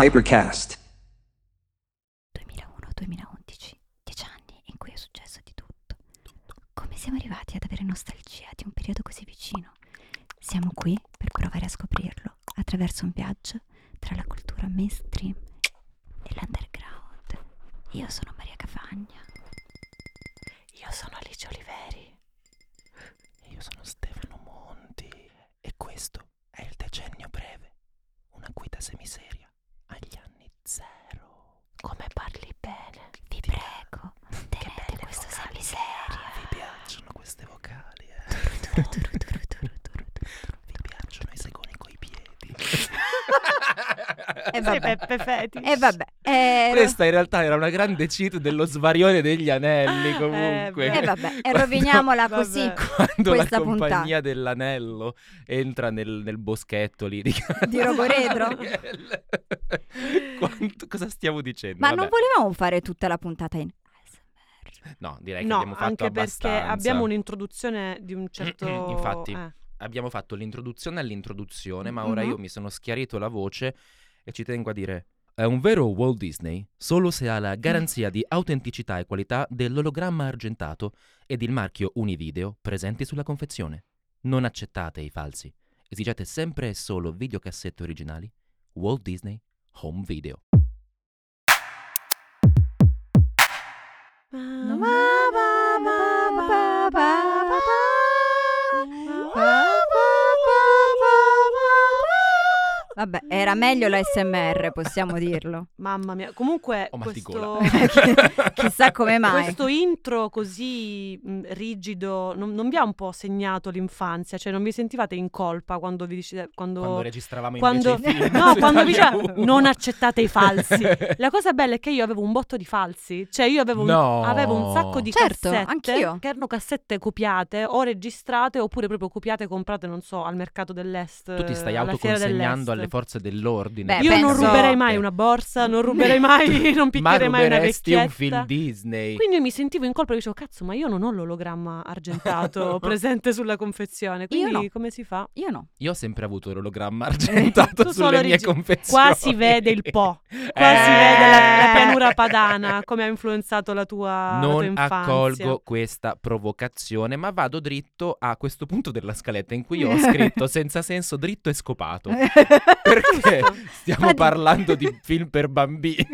Hypercast. 2001-2011, dieci anni in cui è successo di tutto. Come siamo arrivati ad avere nostalgia di un periodo così vicino? Siamo qui per provare a scoprirlo attraverso un viaggio tra la cultura mainstream e l'underground. Io sono Maria Cavagna. Io sono Alice Oliveri. Io sono Stefano Monti. E questo è il decennio breve. Una guida semiseria agli anni zero. Come parli bene. Vi prego, tenete belle questo vocali. semiseria. Vi piacciono queste vocali, eh? Turu, turu, turu, turu, turu, turu. Vi piacciono i segoni coi piedi. E Sì, Eh, vabbè. Peppe Feti. E vabbè. eh, Questa in realtà era una grande cheat dello svarione degli anelli comunque. Eh, E vabbè, e Quando- roviniamola Vabbè. così Quando la questa puntata. compagnia dell'anello entra nel, nel boschetto lì di di Rogoredro. Eh, Gabriel. Quanto- cosa stiamo dicendo? Ma Vabbè. non volevamo fare tutta la puntata in ASMR. No, direi che No, abbiamo fatto anche abbastanza. perché abbiamo un'introduzione di un certo... Infatti. eh, Abbiamo fatto l'introduzione all'introduzione, ma ora Mhm. io mi sono schiarito la voce e ci tengo a dire è un vero Walt Disney solo se ha la garanzia di autenticità e qualità dell'ologramma argentato ed il marchio Univideo presenti sulla confezione. Non accettate i falsi. Esigete sempre e solo videocassette originali Walt Disney Home Video. Vabbè, era meglio l'ASMR, possiamo dirlo. Mamma mia, comunque Ho mal di questo, Oh, gola. Chissà come mai. questo intro così mh, rigido non, non vi ha un po' segnato l'infanzia? Cioè non vi sentivate in colpa quando vi dice, Quando quando, registravamo quando- invece i film no, su quando Italia diceva Uno. non accettate i falsi. La cosa bella è che io avevo un botto di falsi, cioè io avevo un, No. avevo un sacco di Certo, cassette anch'io. che erano cassette copiate o registrate oppure proprio copiate e comprate, non so, al mercato dell'est. Tu ti stai alla Fiera autoconsegnando alle dell'est. forze dell'ordine. Beh, Io non Eh, penso- ruberei mai una borsa, non ruberei mai, non picchierei mai una vecchietta. un film Disney. Quindi io mi sentivo in colpa e dicevo, cazzo, ma io non ho l'ologramma argentato presente sulla confezione, quindi no. come si fa? Io no. Io ho sempre avuto l'ologramma argentato Tu sulle solo mie origi- confezioni. Qua si vede il po', qua si Eh, vede la, la pianura padana, come ha influenzato la tua, la tua Non infanzia. accolgo questa provocazione, ma vado dritto a questo punto della scaletta in cui ho scritto senza senso dritto e scopato. Oh. Eh, Perché Ma stiamo di- parlando di film per bambini.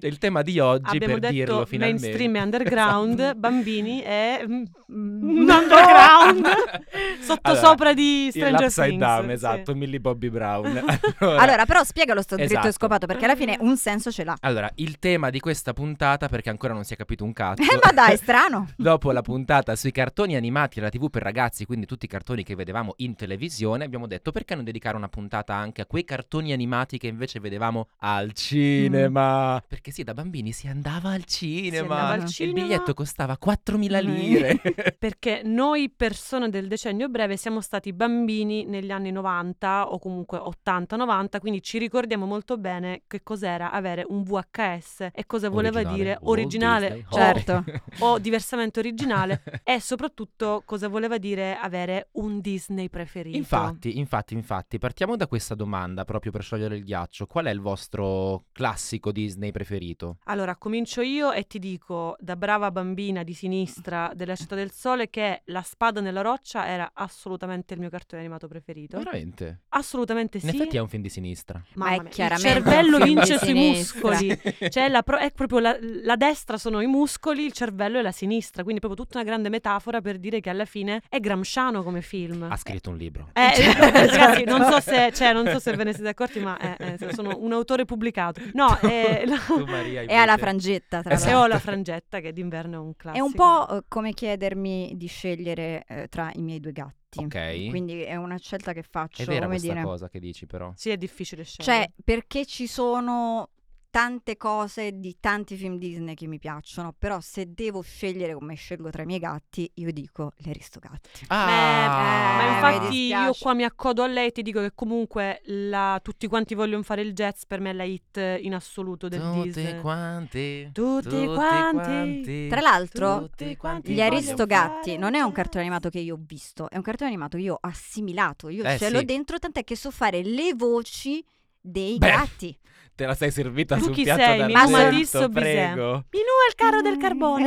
Il tema di oggi, Abbiamo per detto dirlo finalmente. mainstream e underground, Esatto. bambini e mm, Mm. underground, sotto Allora, sopra di Il Stranger Upside Things. Down, sì. esatto, Millie Bobby Brown. Allora, però spiegalo sto dritto Esatto. e scopato, perché alla fine un senso ce l'ha. Allora, il tema di questa puntata, perché ancora non si è capito un cazzo. Eh, ma dai, strano. Dopo la puntata sui cartoni animati alla TV per ragazzi, quindi tutti i cartoni che vedevamo in televisione, abbiamo detto perché non dedicare una puntata anche a quei cartoni animati che invece vedevamo Mm. al cinema. Perché sì, da bambini si andava al cinema. andava al E cinema. Il biglietto costava 4.000 Mm. lire. Perché noi persone del decennio breve siamo stati bambini negli anni 90 o comunque 80-90, quindi ci ricordiamo molto bene che cos'era avere un VHS e cosa voleva Originale, dire Walt originale Disney Oh. o, Home. Certo. o diversamente originale e soprattutto cosa voleva dire avere un Disney preferito. Infatti, infatti, infatti, partiamo da questa domanda proprio per sciogliere il ghiaccio. Qual è il vostro classico Disney preferito? Allora, comincio io e ti dico, da brava bambina di sinistra della Città del Sole, che La spada nella roccia era assolutamente il mio cartone animato preferito. Veramente? Assolutamente In sì. effetti è un film di sinistra. Ma è Mamma mia, chiaramente il cervello un film di vince sui sinistra. muscoli. Cioè, la pro- è proprio la, la destra sono i muscoli, il cervello è la sinistra. Quindi, proprio tutta una grande metafora per dire che alla fine è gramsciano come film. Ha scritto un libro. Eh, Certo. ragazzi, non so, se, cioè, non so se ve ne siete accorti, ma eh, eh, sono un autore pubblicato. No, eh, la- Tu, Maria, hai E ha la voce. frangetta, tra Esatto. e l'altro. ho la frangetta che d'inverno è un Esatto. È classico. un po' eh, come chiedermi di scegliere eh, tra i miei due gatti. Ok. Quindi è una scelta che faccio, È vera come questa dire. cosa che dici però. Sì, è difficile scegliere. Cioè, perché ci sono tante cose di tanti film Disney che mi piacciono, però se devo scegliere come scelgo tra i miei gatti, io dico l'Aristogatti. Ah. Ma Eh, mi infatti io dispiace. qua mi accodo a lei e ti dico che comunque la- tutti quanti vogliono fare il jazz per me è la hit in assoluto del tutti Disney. quanti, Tutti quanti. Tra l'altro, tutti quanti Gli vogliono Aristogatti fare non è un jazz. cartone animato che io ho visto, è un cartone animato che io ho assimilato, io Eh, ce l'ho sì. dentro, tant'è che so fare le voci dei Beh. gatti. Te la sei servita Tu sul chi piatto sei? d'argento, Mamadio Bisè. prego. Minù al carro del carbone.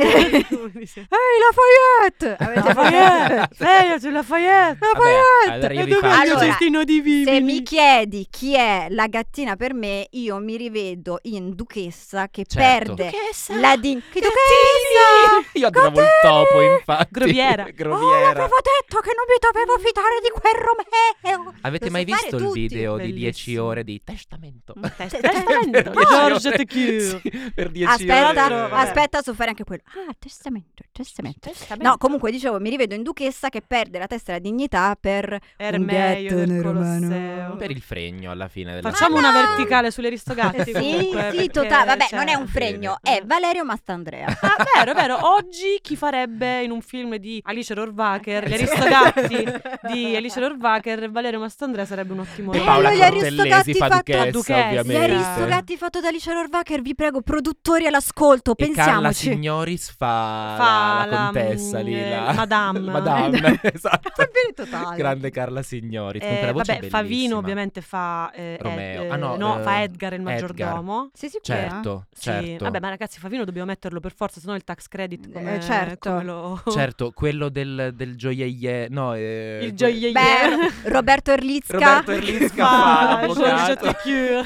Eh. Ehi, Lafayette! Avete Lafayette! Serio, c'è Lafayette! Vabbè, Lafayette! allora io E dove è il mio Allora, rifaccio. cestino di vimini? Se mi chiedi chi è la gattina per me, io mi rivedo in Duchessa che Certo. perde Che sa? la dignità. Che Io adoravo il topo, infatti. Groviera. Oh, Groviera. l'avevo detto che non mi dovevo fidare di quel Romeo! Avete Lo mai so fare visto il tutti. Mm. video di 10 Bellissimo. ore di testamento? Test- Per testamento. dieci Giorgio ore. Tecchio. Sì, per 10 Aspetta, ore. Eh. aspetta, aspetta, so fare anche quello. Ah, testamento, testamento. Testamento. No, comunque dicevo, mi rivedo in Duchessa che perde la testa e la dignità per Ermeio Un gatto del nel romano. Colosseo. Per il fregno alla fine della Ma Facciamo una no! verticale sulle Ristogatti Sì, comunque. sì, perché, totale. Vabbè, cioè- non è un fregno, è Valerio Mastandrea. Ah, vero, vero. Oggi chi farebbe in un film di Alice Rohrwacher, gli Aristogatti di Alice Rohrwacher, Valerio Mastandrea sarebbe un ottimo E Bello, Paola gli ruolo. Cortellesi aristocrati fa fatto- duchessa, Duchessa. Gli Veramente. ovviamente. aristogatti fatto da Alice Rohrwacher, vi prego, produttori all'ascolto, E Carla pensiamoci. Signoris fa, Fa la, la la, contessa mm, lì, eh, la Madame. Madame, esatto. Bene totale. Grande Carla Signoris, con Eh, quella voce vabbè, Favino bellissima. ovviamente fa eh, Ed- Romeo. eh, Ah, no, no, eh, fa Edgar il Edgar. maggiordomo. Sei sicura? Certo, Sì, certo. vabbè, ma ragazzi, Favino dobbiamo metterlo per forza, sennò il tax credit come, Eh, certo. come lo... Certo, quello del, del gioielliere, no, eh, Il que- gioielliere. Beh, Roberto Erlizca. Roberto Erlisca Fa fa Ah, Giorgio l'avvocato. Tecchio.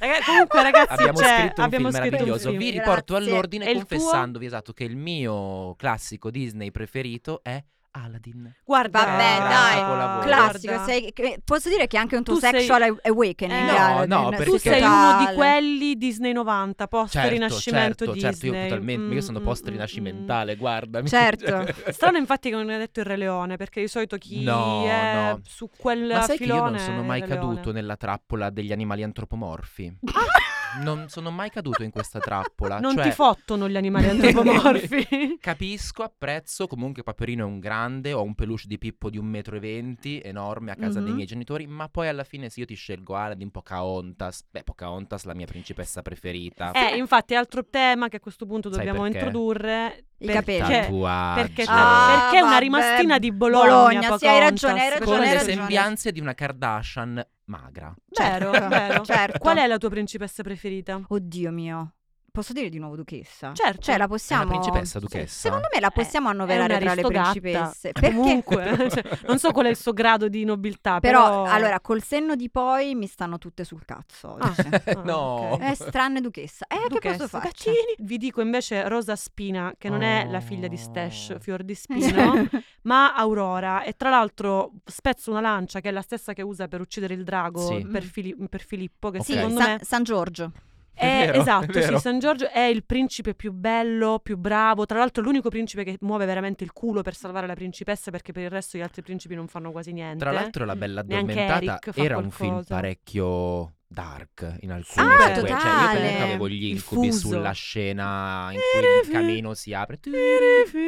Raga- comunque, ragazzi, Abbiamo cioè, scritto un abbiamo film scritto un meraviglioso. film. Vi Grazie. riporto all'ordine E il tuo? confessandovi esatto che il mio classico Disney preferito è Aladdin. Guarda, Vabbè, Gran dai, capolavoro. Classico, Guarda. sei- che- posso dire che è anche un tuo Tu sei- sexual aw- awakening. Eh, no, Aladdin, no, sì, perché- Tu sei totale. uno di quelli Disney 90, post Certo, rinascimento certo, Disney. certo, io totalmente, Mm, io sono mm, post mm, rinascimentale, guardami. Certo. mm. Strano infatti che non hai detto il Re Leone, perché di solito chi No, è no. su quel Ma sai che io non filone è sono il mai Re Leone. caduto nella trappola degli animali antropomorfi. Ah! non sono mai caduto in questa trappola. Non cioè, ti fottono gli animali antropomorfi. Capisco, apprezzo, comunque Paperino è un grande, ho un peluche di Pippo di 1,20 m, enorme, a casa dei Mhm. miei genitori, ma poi alla fine se io ti scelgo Aladdin, Pocahontas, beh Pocahontas la mia principessa preferita. Eh, infatti, altro tema che a questo punto Sai dobbiamo perché? introdurre. I perché- capelli. Tatuaggio. Cioè, Perché, Ah, perché è una vabbè. rimastina di Bologna. Bologna, sì, hai Pocahontas, ragione, hai per Con ragione, hai le esempio. ragione. sembianze di una Kardashian magra. Vero, Certo, vero. certo. Qual è la tua principessa preferita? Oddio mio. Posso dire di nuovo duchessa? Certo. Eh, Cioè, la È una possiamo... principessa, duchessa. Secondo me la possiamo annoverare È tra le un'aristogatta. principesse. Perché? Comunque, cioè, non so qual è il suo grado di nobiltà, Però, però... allora, col senno di poi mi stanno tutte sul cazzo. Ah, oggi. ah, No. ok. È strana duchessa. Eh, che Duchessa, posso fare? gattini. Vi dico invece Rosa Spina, che non è la figlia di Stash, Oh. fior di spino, ma Aurora. E tra l'altro spezzo una lancia, che è la stessa che usa per uccidere il drago Sì. per, Fili- per Filippo, che Ok. Sì, secondo San, me... San Giorgio. È È- vero, è esatto, sì, vero. San Giorgio è il principe più bello, più bravo. Tra l'altro, è l'unico principe che muove veramente il culo per salvare la principessa, perché per il resto gli altri principi non fanno quasi niente. Tra l'altro La Bella Neanche Addormentata Eric fa era un film qualcosa. parecchio dark in alcuni Ah, sequenze. Cioè io totale. comunque avevo gli Il incubi fuso. sulla scena in cui il camino si apre.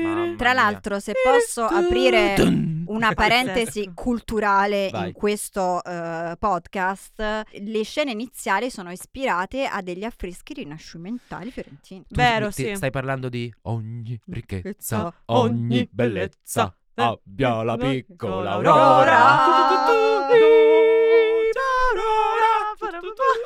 Mamma Tra mia. l'altro, se posso aprire Dun. una parentesi Pazzesco. culturale Vai. in questo eh, podcast, le scene iniziali sono ispirate a degli affreschi rinascimentali fiorentini. Tu Vero, ti- sì. Mm, Stai parlando di ogni ricchezza, Ricchezza, ogni bellezza, eh, abbia la eh, piccola piccola aurora.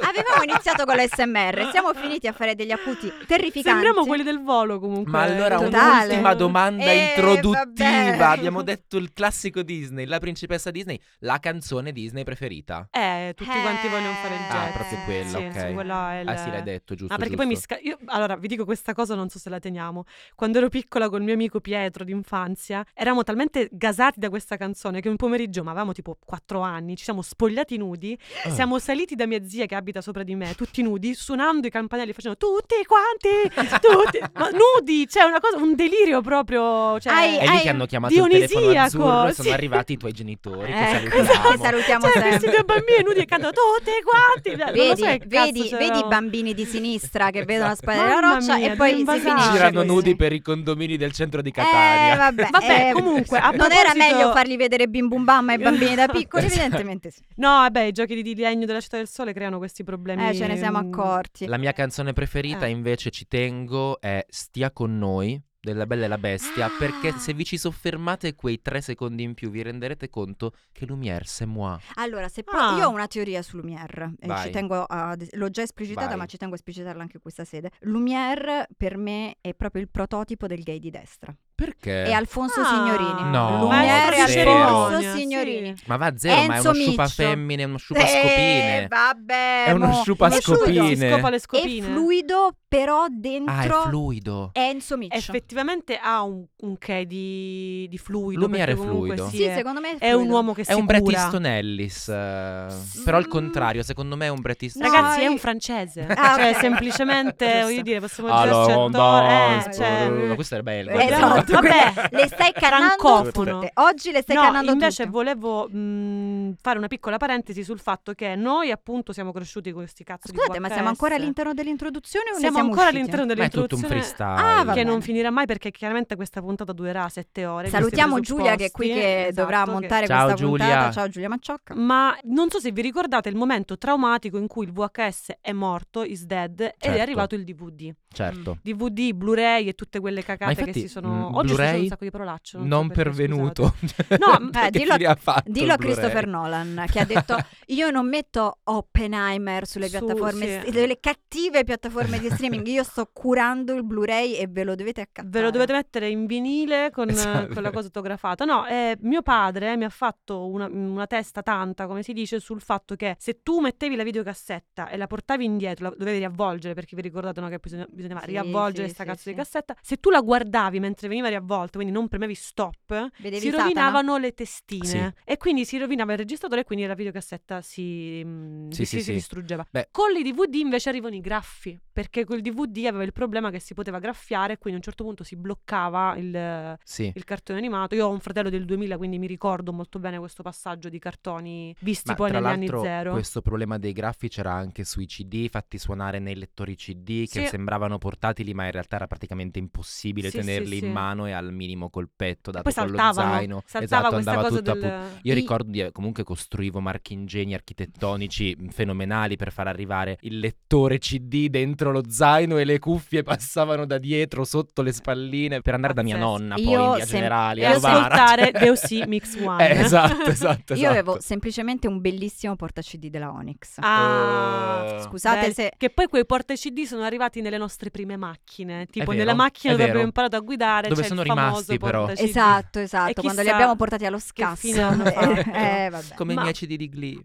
Ah, Avevamo iniziato con l'SMR, siamo finiti a fare degli apputi terrificanti. Sembriamo quelli del volo comunque. Ma allora Totale. un'ultima domanda Eh, vabbè. introduttiva. Abbiamo detto il classico Disney, la principessa Disney, la canzone Disney preferita. Eh, tutti quanti vogliono fare il Eh, jazz. Ah, proprio quella, sì, ok. sì, quella è il- Ah sì, l'hai detto, giusto? Ah, perché poi mi giusto. sca- io- allora, vi dico questa cosa, non so se la teniamo. Quando ero piccola col mio amico Pietro d'infanzia, eravamo talmente gasati da questa canzone che un pomeriggio, ma avevamo tipo 4 anni, ci siamo spogliati nudi, Ah. siamo saliti da mia zia che abita sopra di me, tutti nudi, suonando i campanelli, facendo tutti quanti, tutti, ma nudi, cioè una cosa, un delirio proprio, cioè... Ai- È lì che hanno chiamato il telefono Dionisiaco, azzurro e sì. sono arrivati i tuoi genitori che Ecco, salutiamo. che salutiamo Cioè, sempre. questi due bambini nudi e cantano tutti quanti. cioè, non lo Vedi, so che cazzo vedi, c'era. vedi i bambini di sinistra che vedono la spada della Mamma roccia mia, e poi due si invasati. finisce Girano così. nudi per i condomini del centro di Catania. Eh, vabbè, Vabbè, eh, comunumque, a non era proposito- meglio farli vedere Bim Bum Bam ai bambini da piccoli? Esatto. Evidentemente sì. No, vabbè, i giochi di disegno della città del sole creano questi problemi. Eh, ce ne siamo mm, accorti. Ah. La mia canzone preferita Eh. invece ci tengo è Stia con noi della Bella e la Bestia, perché Ah. se vi ci soffermate quei tre secondi in più vi renderete conto che Lumière, c'est moi. Allora, se Ah. poi io ho una teoria su Lumière, e Vai. ci tengo a- l'ho già esplicitata, Vai. ma ci tengo a esplicitarla anche in questa sede. Lumière per me è proprio il prototipo del gay di destra. Perché? È Alfonso Ah. Signorini. No. Lumière Maestro e di Alfonso cerimonia, sì. Signorini. Ma va a zero, ma è Enzo uno sciupa Miccio. femmine, è uno sciupa scopine. Eh, vabbè, È uno mo. sciupa È fluido. scopine. Si scopa le È scopine. fluido, però Ah, è dentro fluido. Enzo Miccio. Effettivamente ha un, un che di, di fluido. Lumiere perché comunque fluido. sì, sì, è, secondo me è, è un fluido. uomo che si È un cura. Bret Easton Ellis. eh, S- Però al mm. contrario, secondo me è un Bret Easton No, Ragazzi, è eh. un francese. Ah, cioè, ok. semplicemente, Giusto. voglio dire, possiamo dire Allora, certo, eh, dai, cioè, ma questo era bello. Eh, Esatto, no, vabbè. Le stai cannando Francofono. tutte. Oggi le stai cioè, No, cannando invece tutte. volevo mh, fare una piccola parentesi sul fatto che noi appunto siamo cresciuti con questi cazzo Scusate, di ma VHS. siamo ancora all'interno dell'introduzione o ne Siamo siamo ancora usciti? all'interno Ma è tutto un dell'introduzione freestyle. Ah, va che non bene. finirà mai perché chiaramente questa puntata durerà sette ore. questi Salutiamo Giulia che è qui presupposti. che Esatto, dovrà che- montare Ciao, questa Giulia. puntata. Ciao Giulia Macciocca. Ma non so se vi ricordate il momento traumatico in cui il VHS è morto, is dead, ed è Certo. arrivato il DVD. Certo. DVD, Blu-ray e tutte quelle cacate Ma infatti, che si sono... mh, Oggi ci sono Blu-ray un sacco di parolacce. Non, so perché, pervenuto. scusate. No, eh, Che dillo- fine ha fatto Dillo a il Blu-ray? Christopher Nolan che ha detto io non metto Oppenheimer sulle Su, piattaforme, sì. delle cattive piattaforme di streaming, io sto curando il Blu-ray e ve lo dovete accattare. Ve lo dovete mettere in vinile con, Esatto. con la cosa autografata. No, eh, mio padre mi ha fatto una, una testa tanta, come si dice, sul fatto che se tu mettevi la videocassetta e la portavi indietro, la dovevi riavvolgere perché vi ricordate no, che bisogna- bisognava Sì, riavvolgere sì, sta sì, cazzo di sì. cassetta, se tu la guardavi mentre veniva riavvolta, quindi non premevi stop, Vedevi si Satana? rovinavano le testine Sì. e quindi si rovinava il registratore e quindi la videocassetta si, mm, Sì, si- sì, si sì. distruggeva. Beh. Con i DVD invece arrivano i graffi, perché col DVD aveva il problema che si poteva graffiare e quindi a un certo punto si bloccava il, Sì. il cartone animato. Io ho un fratello del 2000, quindi mi ricordo molto bene questo passaggio di cartoni visti Ma poi tra negli anni l'altro zero. questo problema dei graffi c'era anche sui CD fatti suonare nei lettori CD che Sì. sembravano portatili ma in realtà era praticamente impossibile Sì, sì, tenerli sì. in mano e al minimo col petto dato Poi con lo saltavano, zaino. saltava esatto, questa andava cosa tutto del... a pu- Io I- ricordo di eh, comunque costruivo marchingegni architettonici mm, fenomenali per far arrivare il lettore CD dentro lo zaino e le cuffie passavano da dietro sotto le spalline per andare da mia Pazzesco. nonna poi Io in via sem- Generali e a Novara. ascoltare Deus Ex Mix One. Eh, esatto, esatto, Io avevo esatto. semplicemente un bellissimo portacd della Onyx. Ah, Eh. Scusate Beh, se- Che poi quei porta CD sono arrivati nelle nostre prime macchine. Tipo, vero, nella macchina è dove vero. abbiamo imparato a guidare. Dove c'è sono il famoso rimasti, però. porta CD. Esatto, E esatto, quando li chissà abbiamo portati allo che scasso. fine hanno fatto. eh, eh, vabbè. Come Ma- i miei CD di Glee.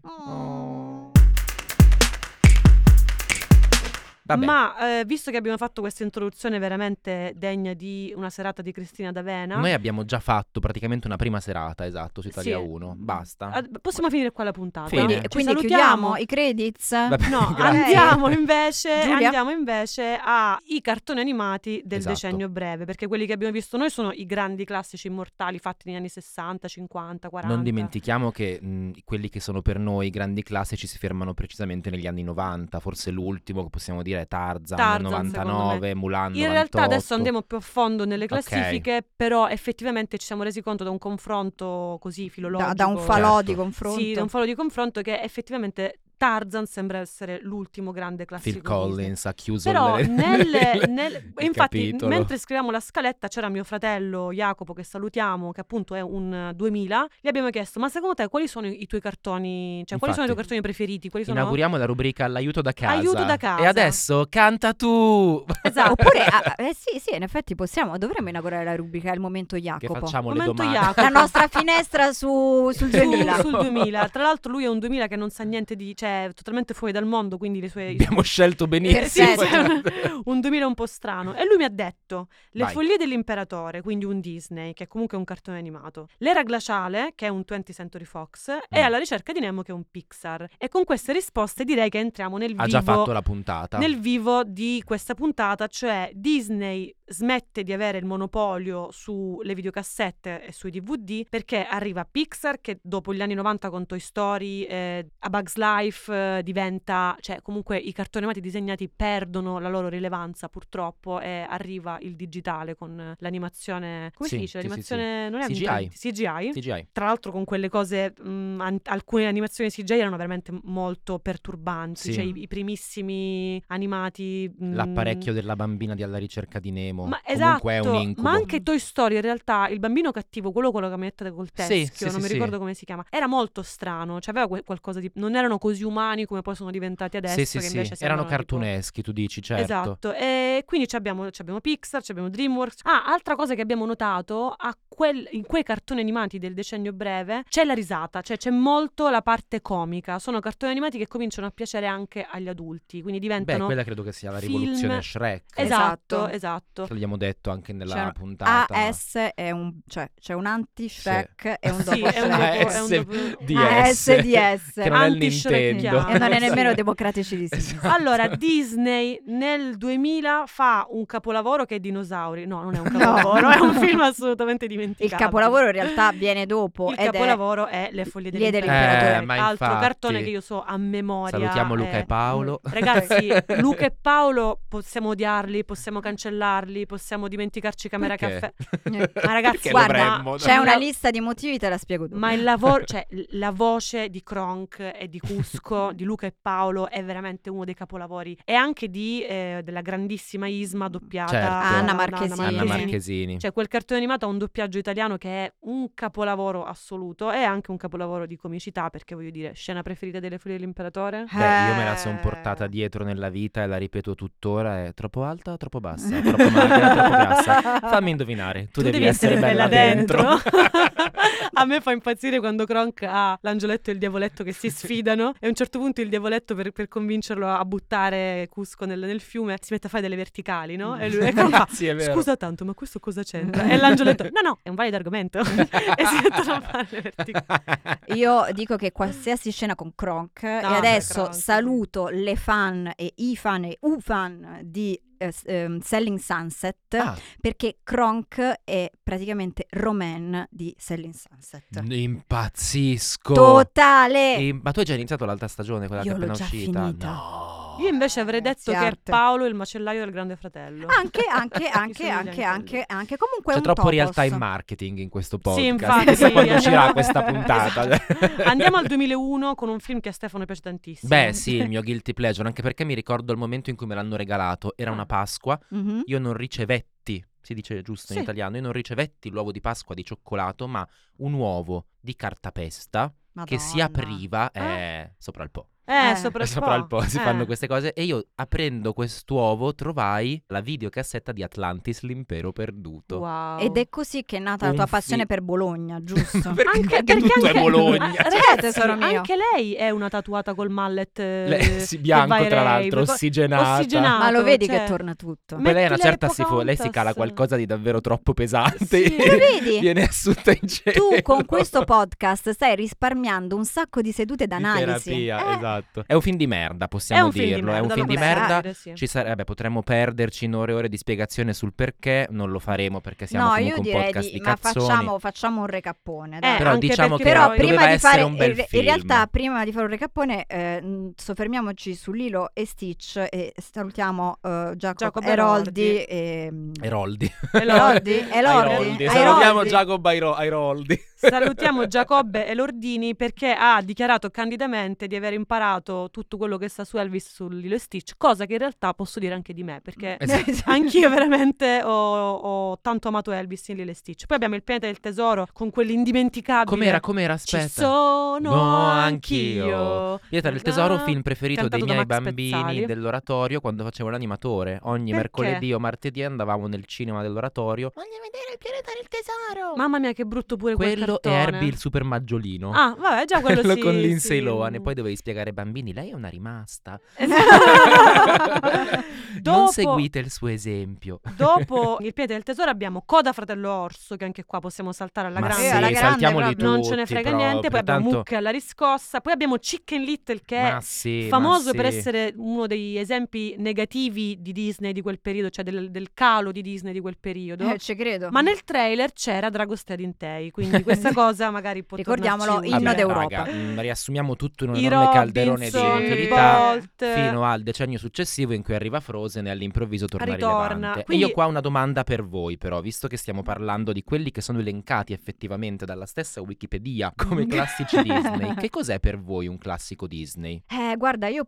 Vabbè. Ma eh, visto che abbiamo fatto questa introduzione veramente degna di una serata di Cristina D'Avena, Noi abbiamo già fatto praticamente una prima serata, esatto, su Italia Sì. 1. Basta. ad- possiamo finire qua la puntata. Fine. Quindi, Ci quindi salutiamo. chiudiamo i credits. Vabbè, No, grazie. andiamo invece, Giulia? andiamo invece ai cartoni animati del Esatto. decennio breve, perché quelli che abbiamo visto noi sono i grandi classici immortali fatti negli anni 60, 50, 40. Non dimentichiamo che mh, quelli che sono per noi i grandi classici si fermano precisamente negli anni 90, forse l'ultimo che possiamo dire è Tarzan, Tarzan, 99, Mulan In realtà 98. adesso andiamo più a fondo nelle Ok. classifiche, però effettivamente ci siamo resi conto da un confronto così filologico. Da, da un falò Certo. di confronto. Sì, da un falò di confronto che effettivamente Tarzan sembra essere l'ultimo grande classico. Phil Disney. Collins ha chiuso Però il- nel, il nel- infatti capitolo. mentre scriviamo la scaletta c'era mio fratello Jacopo che salutiamo che appunto è un eh, 2000 gli abbiamo chiesto ma secondo te quali sono i tuoi cartoni cioè quali sono i tuoi Infatti. cartoni preferiti quali sono Inauguriamo la rubrica L'aiuto da casa. Aiuto da casa. E adesso canta tu! esatto Oppure, ah, eh, sì, sì, in effetti possiamo, dovremmo inaugurare la rubrica È il momento Che Jacopo. facciamo Momento le domande. Jacopo. La nostra finestra su, sul Su- 2000. esatto. sul 2000 tra l'altro lui è un 2000 che non sa niente di cioè è totalmente fuori dal mondo quindi le sue Abbiamo scelto Eh, sì, benissimo. Perfetto. cioè, un, un 2000 un po' strano. E lui mi ha detto: Le Vai. follie dell'imperatore, quindi un Disney, che è comunque un cartone animato, l'era glaciale, che è un 20th Century Fox, e Mm. alla ricerca di Nemo, che è un Pixar. E con queste risposte direi che entriamo nel ha vivo. già fatto la puntata. Nel vivo di questa puntata, cioè Disney smette di avere il monopolio sulle videocassette e sui DVD perché arriva Pixar che dopo gli anni 90 con Toy Story, eh, A Bug's Life GIF eh, diventa, cioè comunque i cartoni animati disegnati perdono la loro rilevanza purtroppo e arriva il digitale con eh, l'animazione, come Sì, si dice? sì, sì, L'animazione non è CGI. ambientale, CGI. TGI. Tra l'altro con quelle cose, mh, an- alcune animazioni CGI erano veramente molto perturbanti, Sì. cioè i, i primissimi animati... mh, L'apparecchio della bambina di alla ricerca di Nemo. Mm. ma esatto, Comunque è un incubo. ma anche Toy Story in realtà il bambino cattivo, quello con la camionetta col teschio, sì, non sì, mi sì. ricordo come si chiama, era molto strano, cioè aveva que- qualcosa di non erano così umani come poi sono diventati adesso Sì, sì, che sì. invece sembrano Erano tipo- cartuneschi, tu dici, certo. Esatto, e quindi ci abbiamo, ci abbiamo Pixar, ci abbiamo DreamWorks. Ah, altra cosa che abbiamo notato, a quel- in quei cartoni animati del decennio breve c'è la risata, cioè c'è molto la parte comica. Sono cartoni animati che cominciano a piacere anche agli adulti, quindi Beh, diventano... quella credo che sia la film- rivoluzione Shrek. Esatto, Esatto. esatto. Che l'abbiamo detto anche nella Cioè, puntata. AS è un cioè c'è un anti-Shrek e un dopo Sì, è un dopo- Shrek. è un dopo- DS. ASDS. Che non è il Anti-Shrek Nintendo. chiaro. E non è nemmeno Sì. democratici di sinistra. Esatto. Allora, Disney nel 2000 fa un capolavoro che è Dinosauri. No, non è un capolavoro, è un film assolutamente dimenticato. Il capolavoro in realtà viene dopo Il ed capolavoro è Le foglie Lì è dell'imperatore, dell'imperatore. Eh, ma altro infatti. cartone che io so a memoria. Salutiamo Luca è- e Paolo. Ragazzi, Luca e Paolo possiamo odiarli, possiamo cancellarli, possiamo dimenticarci Camera Caffè. Perché? Ma ragazzi, Perché guarda, dovremmo? è c'è una No. lista di motivi te la spiego dopo. Ma il lavoro, cioè l- la voce di Kronk e di Cusco, di Luca e Paolo, è veramente uno dei capolavori. E anche di, eh, della grandissima Isma doppiata Certo. da Anna Marchesini. Anna Marchesini. Marchesini. Cioè, quel cartone animato ha un doppiaggio italiano che è un capolavoro assoluto e anche un capolavoro di comicità, perché voglio dire, scena preferita delle Furie dell'Imperatore? Beh, io me Eh. la sono portata dietro nella vita e la ripeto tuttora. È troppo alta, troppo bassa, troppo magra, troppo grassa. Fammi indovinare, tu, devi, essere, bella, dentro. a me fa impazzire quando Kronk ha l'angioletto e il diavoletto che si sfidano e a un certo punto il diavoletto per, per convincerlo a buttare Cusco nel, nel fiume si mette a fare delle verticali, no? E lui e Kronk fa sì, è vero. Scusa tanto, ma questo cosa c'entra? E l'angioletto, no, no, è un valido argomento. e si mettono a fare le verticali. Io dico che qualsiasi scena con Kronk e adesso Kronk, sì. saluto le fan e i fan e u fan di eh, s- ehm, Selling Sunset Ah, perché Kronk è praticamente Roman di Selling Sunset. impazzisco. Totale! E- ma tu hai già iniziato l'altra stagione, quella Io che è l'ho appena già uscita. finita. No. Io invece avrei detto Grazie, che è arte. Paolo il macellaio del grande fratello. Ah, Anche, anche, Mi anche, somiglia anche, anche a anche, anche. Comunque è C'è un troppo topos. real time marketing in questo podcast. Sì, infatti. Sai quando andiamo- uscirà questa puntata. Esatto. Andiamo al 2001 con un film che a Stefano piace tantissimo. Beh, sì, il mio guilty pleasure, anche perché mi ricordo il momento in cui me l'hanno regalato. Era Ah. una Pasqua, Mhm. io non ricevetti, si dice giusto in Sì. italiano, io non ricevetti l'uovo di Pasqua di cioccolato, ma un uovo di cartapesta che si Madonna. apriva Ah. eh, sopra il po'. Eh, Eh. Eh, sopra il Sopra il po' si Eh. fanno queste cose e io aprendo quest'uovo trovai la videocassetta di Atlantis, l'impero perduto. Wow. Ed è così che è nata la Un tua fi- passione per Bologna, giusto? Eh, Perché, anche perché tutto anche- è Bologna. Ah, cioè. Cioè, ragazzi, tesoro mio. anche lei è una tatuata col mallet eh, Le- sì, che va bianco ai tra rave, l'altro, poi- ossigenata. ossigenato, Ma lo vedi cioè- che torna tutto. Ma- Per lei è una Mettile certa si fu- lei si cala Pocahontas. qualcosa di davvero troppo pesante. e Sì. Lo vedi? Viene assunta in cielo. Tu con questo podcast stai risparmiando un sacco di sedute d'analisi. Di terapia, Eh, esatto. È un film di merda, possiamo dirlo. È un film di dobbiamo merda. dire, eh, sì. Ci sarebbe, potremmo perderci in ore e ore di spiegazione sul perché, non lo faremo perché siamo no, comunque io un direi podcast di, di, ma cazzoni. facciamo, facciamo un recappone. Eh, dai. Però anche diciamo perché che Però poi- doveva prima di essere fare, un bel in, re- in film. realtà, prima di fare un recappone, eh, mh, soffermiamoci su Lilo e Stitch e salutiamo eh, Giacomo Giacomo Eroldi. e, mm, mh, Eroldi. Eroldi? Eroldi? Airoldi. Airoldi. Salutiamo Giacomo Airo- Airoldi. Salutiamo Giacobbe Elordini perché ha dichiarato candidamente di aver imparato tutto quello che sa su Elvis su Lilo e Stitch, cosa che in realtà posso dire anche di me Eh, perché Esatto. anch'io veramente ho, ho tanto amato Elvis in Lilo e Stitch. Poi abbiamo il pianeta del tesoro con quell'indimenticabile Com'era, com'era, Ci aspetta. sono No, anch'io. Pietà del tesoro, Ah, film preferito cantato dei da miei Max bambini Pezzali. dell'oratorio quando facevo l'animatore. Ogni Perché? mercoledì o martedì andavamo nel cinema dell'oratorio. Voglio vedere il pianeta del tesoro. Mamma mia, che brutto pure quel quello è cartone. Herbie il super maggiolino. Ah, vabbè, già quello, sì, con Lindsay sì. Lohan e poi dovevi spiegare ai bambini, lei è una rimasta. Non Eh, Dopo- seguite il suo esempio. Esatto. Dopo il piede del tesoro abbiamo Coda Fratello Orso, che anche qua possiamo saltare alla Ma eh, grande. sì, alla grande saltiamoli proprio. tutti non ce ne frega proprio, niente. Poi abbiamo tanto- Mucche alla riscossa. Poi abbiamo Chicken Little, che Ma è sì, ma famoso per sì. essere uno degli esempi negativi di Disney di quel periodo, cioè del, del calo di Disney di quel periodo. Eh, ci credo. Esatto. Ma nel trailer c'era Dragostea Dintei, quindi questo questa cosa magari può Ricordiamolo, tornarci inno utile. Vabbè, d'Europa. raga, mm, riassumiamo tutto in un I boh. enorme calderone di Robinson, verità Bolt, fino al decennio successivo in cui arriva Frozen e all'improvviso torna Ritorna. rilevante. Quindi- E io qua ho una domanda per voi però, visto che stiamo parlando di quelli che sono elencati effettivamente dalla stessa Wikipedia come classici Disney, che cos'è per voi un classico Disney? Eh, guarda, io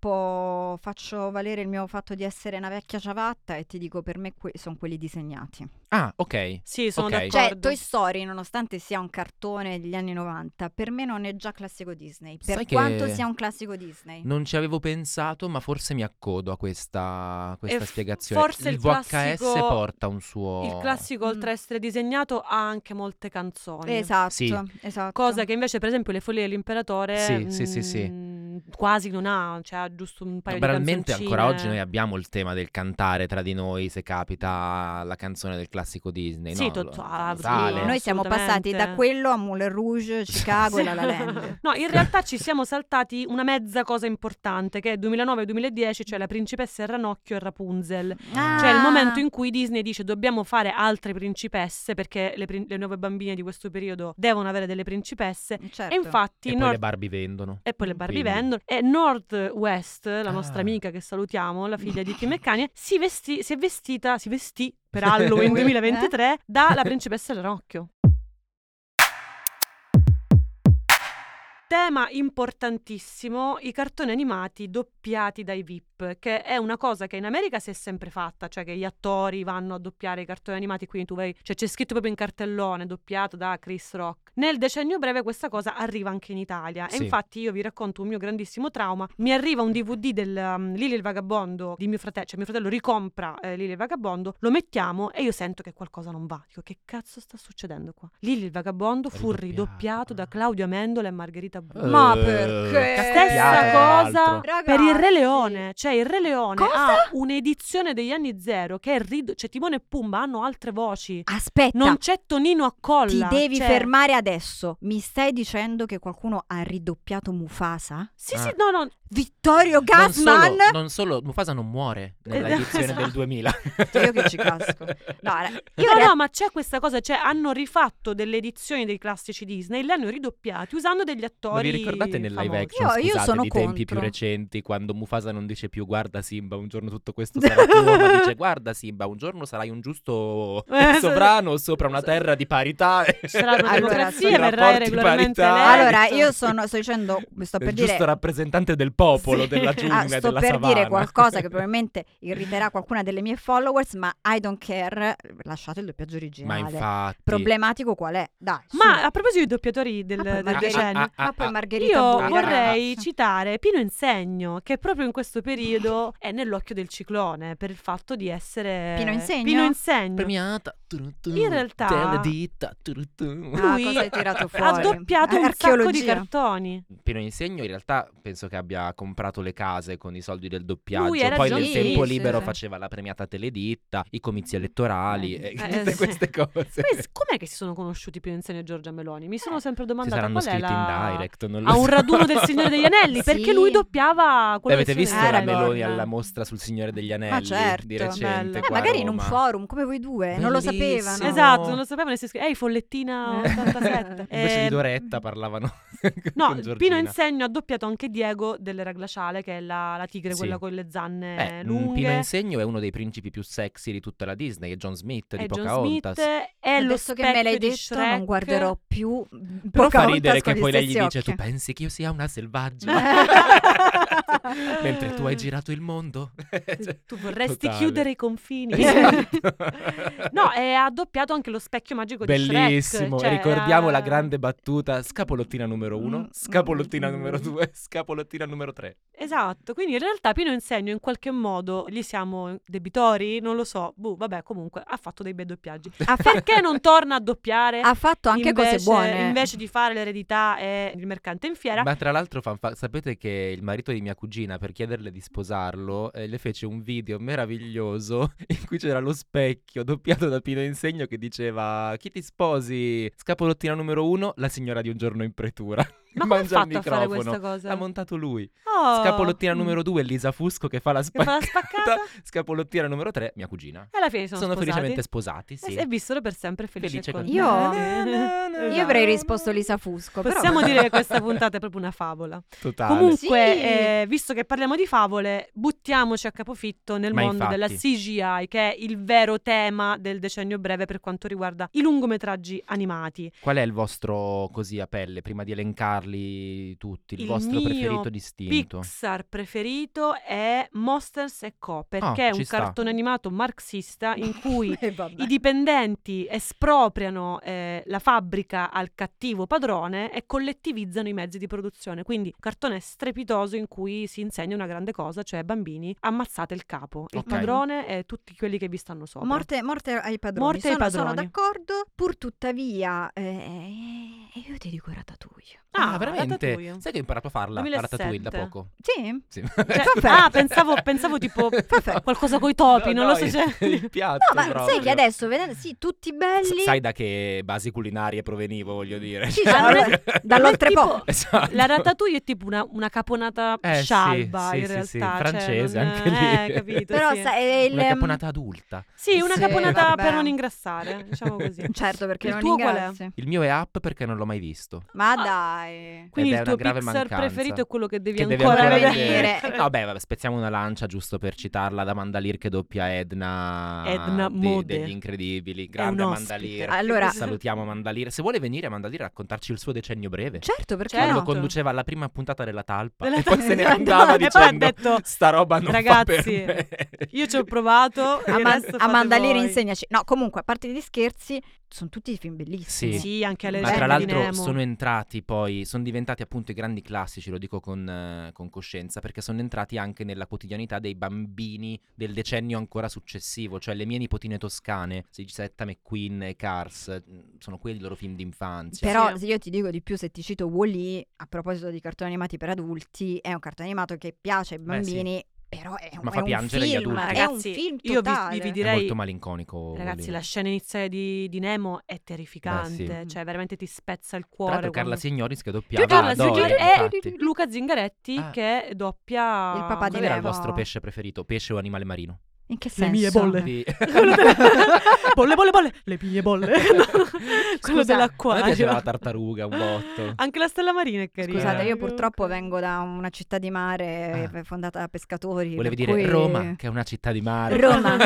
purtroppo faccio valere il mio fatto di essere una vecchia ciabatta e ti dico, per me sono quelli disegnati. Ah, ok. Sì, sono Ok. d'accordo. Cioè, Toy Story, nonostante sia un cartone degli anni 90, per me non è già classico Disney, per Sai che- quanto sia un classico Disney. Non ci avevo pensato, ma forse mi accodo a questa, questa E f- spiegazione. forse il VHS classico- porta un suo... Il classico, Mm. oltre a essere disegnato, ha anche molte canzoni. Esatto, Sì. esatto. Cosa che invece, per esempio, le foglie dell'imperatore Sì, sì, sì, sì. mm, quasi non ha, cioè ha giusto un paio Banalmente di ancora oggi noi abbiamo abbiamo il tema del cantare tra di noi se capita la canzone del classico Disney. Sì, no? to- Lo- ah, sì, sale. Noi siamo passati assolutamente. da quello a Moulin Rouge, Chicago e La La Land. No, in realtà ci siamo saltati una mezza cosa importante che è 2009-2010, cioè la principessa e il ranocchio e Rapunzel. Cioè Ah. il momento in cui Disney dice dobbiamo fare altre principesse perché le, prin- le nuove bambine di questo periodo devono avere delle principesse. cui... Certo. E infatti E poi Nor- le Barbie vendono. e poi le Barbie Quindi. vendono. E Northwest, la nostra Ah. amica che salutiamo, la figlia di Kim e Kanye, si, vesti- si è vestita, si vestì per Halloween Eh? 2023 dalla principessa del ranocchio. Tema importantissimo, i cartoni animati doppiati dai VIP, che è una cosa che in America si è sempre fatta, cioè che gli attori vanno a doppiare i cartoni animati, quindi tu vai, cioè c'è scritto proprio in cartellone, doppiato da Chris Rock. Nel decennio breve questa cosa arriva anche in Italia e Sì. infatti io vi racconto un mio grandissimo trauma, mi arriva un DVD del um, Lili e il Vagabondo di mio fratello, cioè mio fratello ricompra eh, Lili e il Vagabondo, lo mettiamo e io sento che qualcosa non va, dico che cazzo sta succedendo qua? Lili e il Vagabondo fu Ridoppiato. ridoppiato da Claudio Amendola e Margherita Blu. Ma Eh, perché? Stessa Cacchiate, tra cosa l'altro. Ragazzi. per il Re Leone, cioè il Re Leone Cosa? ha un'edizione degli anni zero che è rid- cioè Timone e Pumba hanno altre voci. Aspetta, Non c'è Tonino a ti colla. devi cioè- fermare adesso. Mi stai dicendo che qualcuno ha ridoppiato Mufasa? Sì, sì, Ah. no, no. Vittorio Non Gassman? solo, non solo, Mufasa non muore nella edizione esatto. del 2000. Cioè, Io che ci casco. No, allora, Eh, io no, re- no, ma c'è questa cosa, cioè hanno rifatto delle edizioni dei classici Disney, li hanno ridoppiati usando degli Ma attori vi ricordate nel live famosi. action, Io- io scusate, sono di tempi più contro. recenti, quando Mufasa non dice più guarda Simba, un giorno tutto questo sarà tuo, ma dice guarda Simba, un giorno sarai un giusto Eh, sovrano sopra una terra di parità. Ci sarà una Allora, democrazia, sui verrà rapporti regolarmente paritari. eletto. allora, io sono, sto dicendo, sto per il dire... giusto rappresentante del popolo, Sì. della Ah, giungla, Ah, sto della per savana. dire qualcosa che probabilmente irriterà qualcuna delle mie followers, ma I don't care, lasciate il doppiaggio Ma originale. infatti... Problematico qual è? Dai. su. Ma a proposito dei doppiatori del, Ah, poi del Margherita- decennio, Ah, ah, Ma poi ah. Margherita Io Bui, vorrei ragazzi. citare Pino Insegno, che proprio in questo periodo è nell'occhio del ciclone per il fatto di essere Pino Insegno? Pino Insegno. Premiata. tu, tu, In realtà- Della ditta. tu, tu. Ah, Lui cosa hai tirato fuori? Ha doppiato un sacco di Archeologia. Eh, cartoni. Pino Insegno in realtà penso che abbia comprato le case con i soldi del doppiaggio, Lui era poi già- nel Sì, tempo sì, libero sì. faceva la premiata teleditta, i comizi elettorali Eh, e eh, tutte sì. queste cose. Poi s- com'è che si sono conosciuti Pino Insegno e Giorgia Meloni? Mi Eh. sono sempre Si domandata saranno qual è scritti la... in direct, non lo a un so. raduno del Eh, Signore degli Anelli, Sì. Eh, perché lui doppiava quello Avete del visto Signore la degli Anelli. Meloni alla mostra sul Signore degli Anelli certo, di recente? Ah, bello. Eh, qua a magari in un Roma? forum come voi due, non lo Bellissimo. sapevano. Esatto, non lo sapevano e si scrive, ehi follettina Eh. 87. Invece Eh, di Doretta parlavano No, con Giorgina. Pino Insegno ha doppiato anche Diego dell'era glaciale, che è la, la tigre, Sì. quella con le zanne Beh, mm, Eh, lunghe. Pino Insegno è uno dei principi più sexy di tutta la Disney, è John Smith di è Eh, John Pocahontas. Smith, è lo Adesso che me l'hai specchio di detto, non Shrek. guarderò più. Però fa Pocahontas ridere con che poi lei gli stessi dice: occhi. Tu pensi che io sia una selvaggia? Mentre tu hai girato il mondo. Cioè, Tu vorresti totale. chiudere i confini. Esatto. no, e ha doppiato anche lo specchio magico di Shrek. Bellissimo, cioè, ricordiamo eh, la grande battuta scapolottina numero Mm, uno, scapolottina mm, numero mm. due, scapolottina numero tre. Esatto, quindi in realtà Pino Insegno in qualche modo gli siamo debitori, non lo so, buh, vabbè, comunque ha fatto dei bei doppiaggi. Ha fa- Perché non torna a doppiare? ha fatto anche cose invece- buone. Invece di fare l'eredità e il mercante in fiera, Ma tra l'altro, fan fa- sapete che il marito di mia cugina, per chiederle di sposarlo, eh, le fece un video meraviglioso in cui c'era lo specchio doppiato da Pino Insegno che diceva: Chi ti sposi? Scapolottina numero uno, la signora di un giorno in pretura. Ma come ha mangia il fatto a fare questa microfono. cosa? L'ha montato lui. Oh. Scapolottina numero 2, Lisa Fusco che fa la Che fa spaccata. la spaccata? Scapolottina numero 3, mia cugina. E alla fine sono, Sono, sposati. Eh, felicemente sposati, sì. E- E vissero per sempre felici Felice e con- contenti. Io- Esatto. Io avrei risposto Lisa Fusco. però- Possiamo dire che questa puntata è proprio una favola. Totale. Comunque, Sì. eh, visto che parliamo di favole, buttiamoci a capofitto nel Ma mondo infatti. della CGI, che è il vero tema del decennio breve per quanto riguarda i lungometraggi animati. Qual è il vostro così a pelle, prima di elencarli tutti, il, Il vostro mio preferito distinto? Pixar preferito è Monsters e Co. perché Ah, è ci un sta. cartone animato marxista in cui Eh, vabbè. I dipendenti espropriano eh, la fabbrica al cattivo padrone e collettivizzano i mezzi di produzione. Quindi cartone strepitoso in cui si insegna una grande cosa, cioè bambini, ammazzate il capo, il Ok. padrone e tutti quelli che vi stanno sopra. Morte, morte ai padroni. Morte ai sono, sono padroni. d'accordo, pur tuttavia... eh, E io ti dico Ratatouille. Ah, Ah, veramente? Ratatouille. Sai che ho imparato a farla, la 2007. ratatouille da poco. sì, Sì. Cioè, Scusate. ah, pensavo, pensavo tipo Perfetto. qualcosa coi topi, non lo so se... il piatto No, ma sai proprio. che adesso, vedendo, sì, tutti belli. S- sai da che basi culinarie provenivo, voglio dire. Sì, da- Cioè- dall'oltre tipo- po'. Esatto. La ratatouille è tipo una, una caponata Eh, sì, scialba sì, in sì, realtà. sì, cioè, francese non- anche lì. Eh, capito, Però sì. sai, è il, ehm, Una caponata adulta. Sì, una Sì, caponata vabbè. per non ingrassare, diciamo così. Certo, perché Il non tuo qual è? Ah. ingrassi. Il mio è up perché non l'ho mai visto. Ma dai. Quindi Ed Eh, è il una tuo grave Pixar mancanza. preferito è quello che devi Che deve ancora, ancora vedere. vedere. No, beh, vabbè, spezziamo una lancia giusto per citarla da Mandalir che doppia Edna. Edna di- Mode. Degli incredibili. Grande un ospite. Ah, eh. Mandalir. Allora, Salutiamo Mandalir. Se vuole venire a Mandalir a raccontarci il suo decennio breve. certo, perché Certo. Lo no? conduceva alla prima puntata della talpa Della e poi Talpa. se ne andava E poi ha dicendo detto, sta roba non fa per "Ragazzi, me". Io ci ho provato. e A, man- adesso a fate Mandalire voi. insegnaci. No, comunque, a parte gli scherzi, sono tutti film bellissimi. Sì. Sì, anche alle Ma tra regole di l'altro Nemo. sono entrati poi, sono diventati appunto i grandi classici, lo dico con, eh, con coscienza, perché sono entrati anche nella quotidianità dei bambini del decennio ancora successivo, cioè le mie nipotine toscane, Sigetta McQueen e Cars, mh, sono quelli i loro film d'infanzia. Però Sì. se io ti dico di più, se ti cito Wall-E, a proposito di cartoni animati per adulti, è un cartone animato che piace ai Beh, sì. bambini, però è un, Ma è fa un piangere gli film, adulti. è un Ragazzi, film io vi- totale. vi È direi- molto malinconico. Ragazzi, Wall-E. la scena iniziale di, di Nemo è terrificante. Beh, sì. Cioè, veramente ti spezza il Tra cuore. l'altro Carla quando- Signoris che Più doppiava Carla Dory, Signoris eh, e infatti. Luca Zingaretti Ah. che doppia. Il papà di Qual era il Nemo. vostro pesce preferito? Pesce o animale marino? In che senso? Le mie bolle. Di- bolle, bolle, bolle. Le mie bolle. No. Quello Scusa, A me piaceva la dell'acquario. tartaruga, un botto. Anche la stella marina è carina. Scusate, io Eh. purtroppo vengo da una città di mare Ah. eh, fondata da pescatori. Volevi per dire cui- Roma, che è una città di mare. Roma,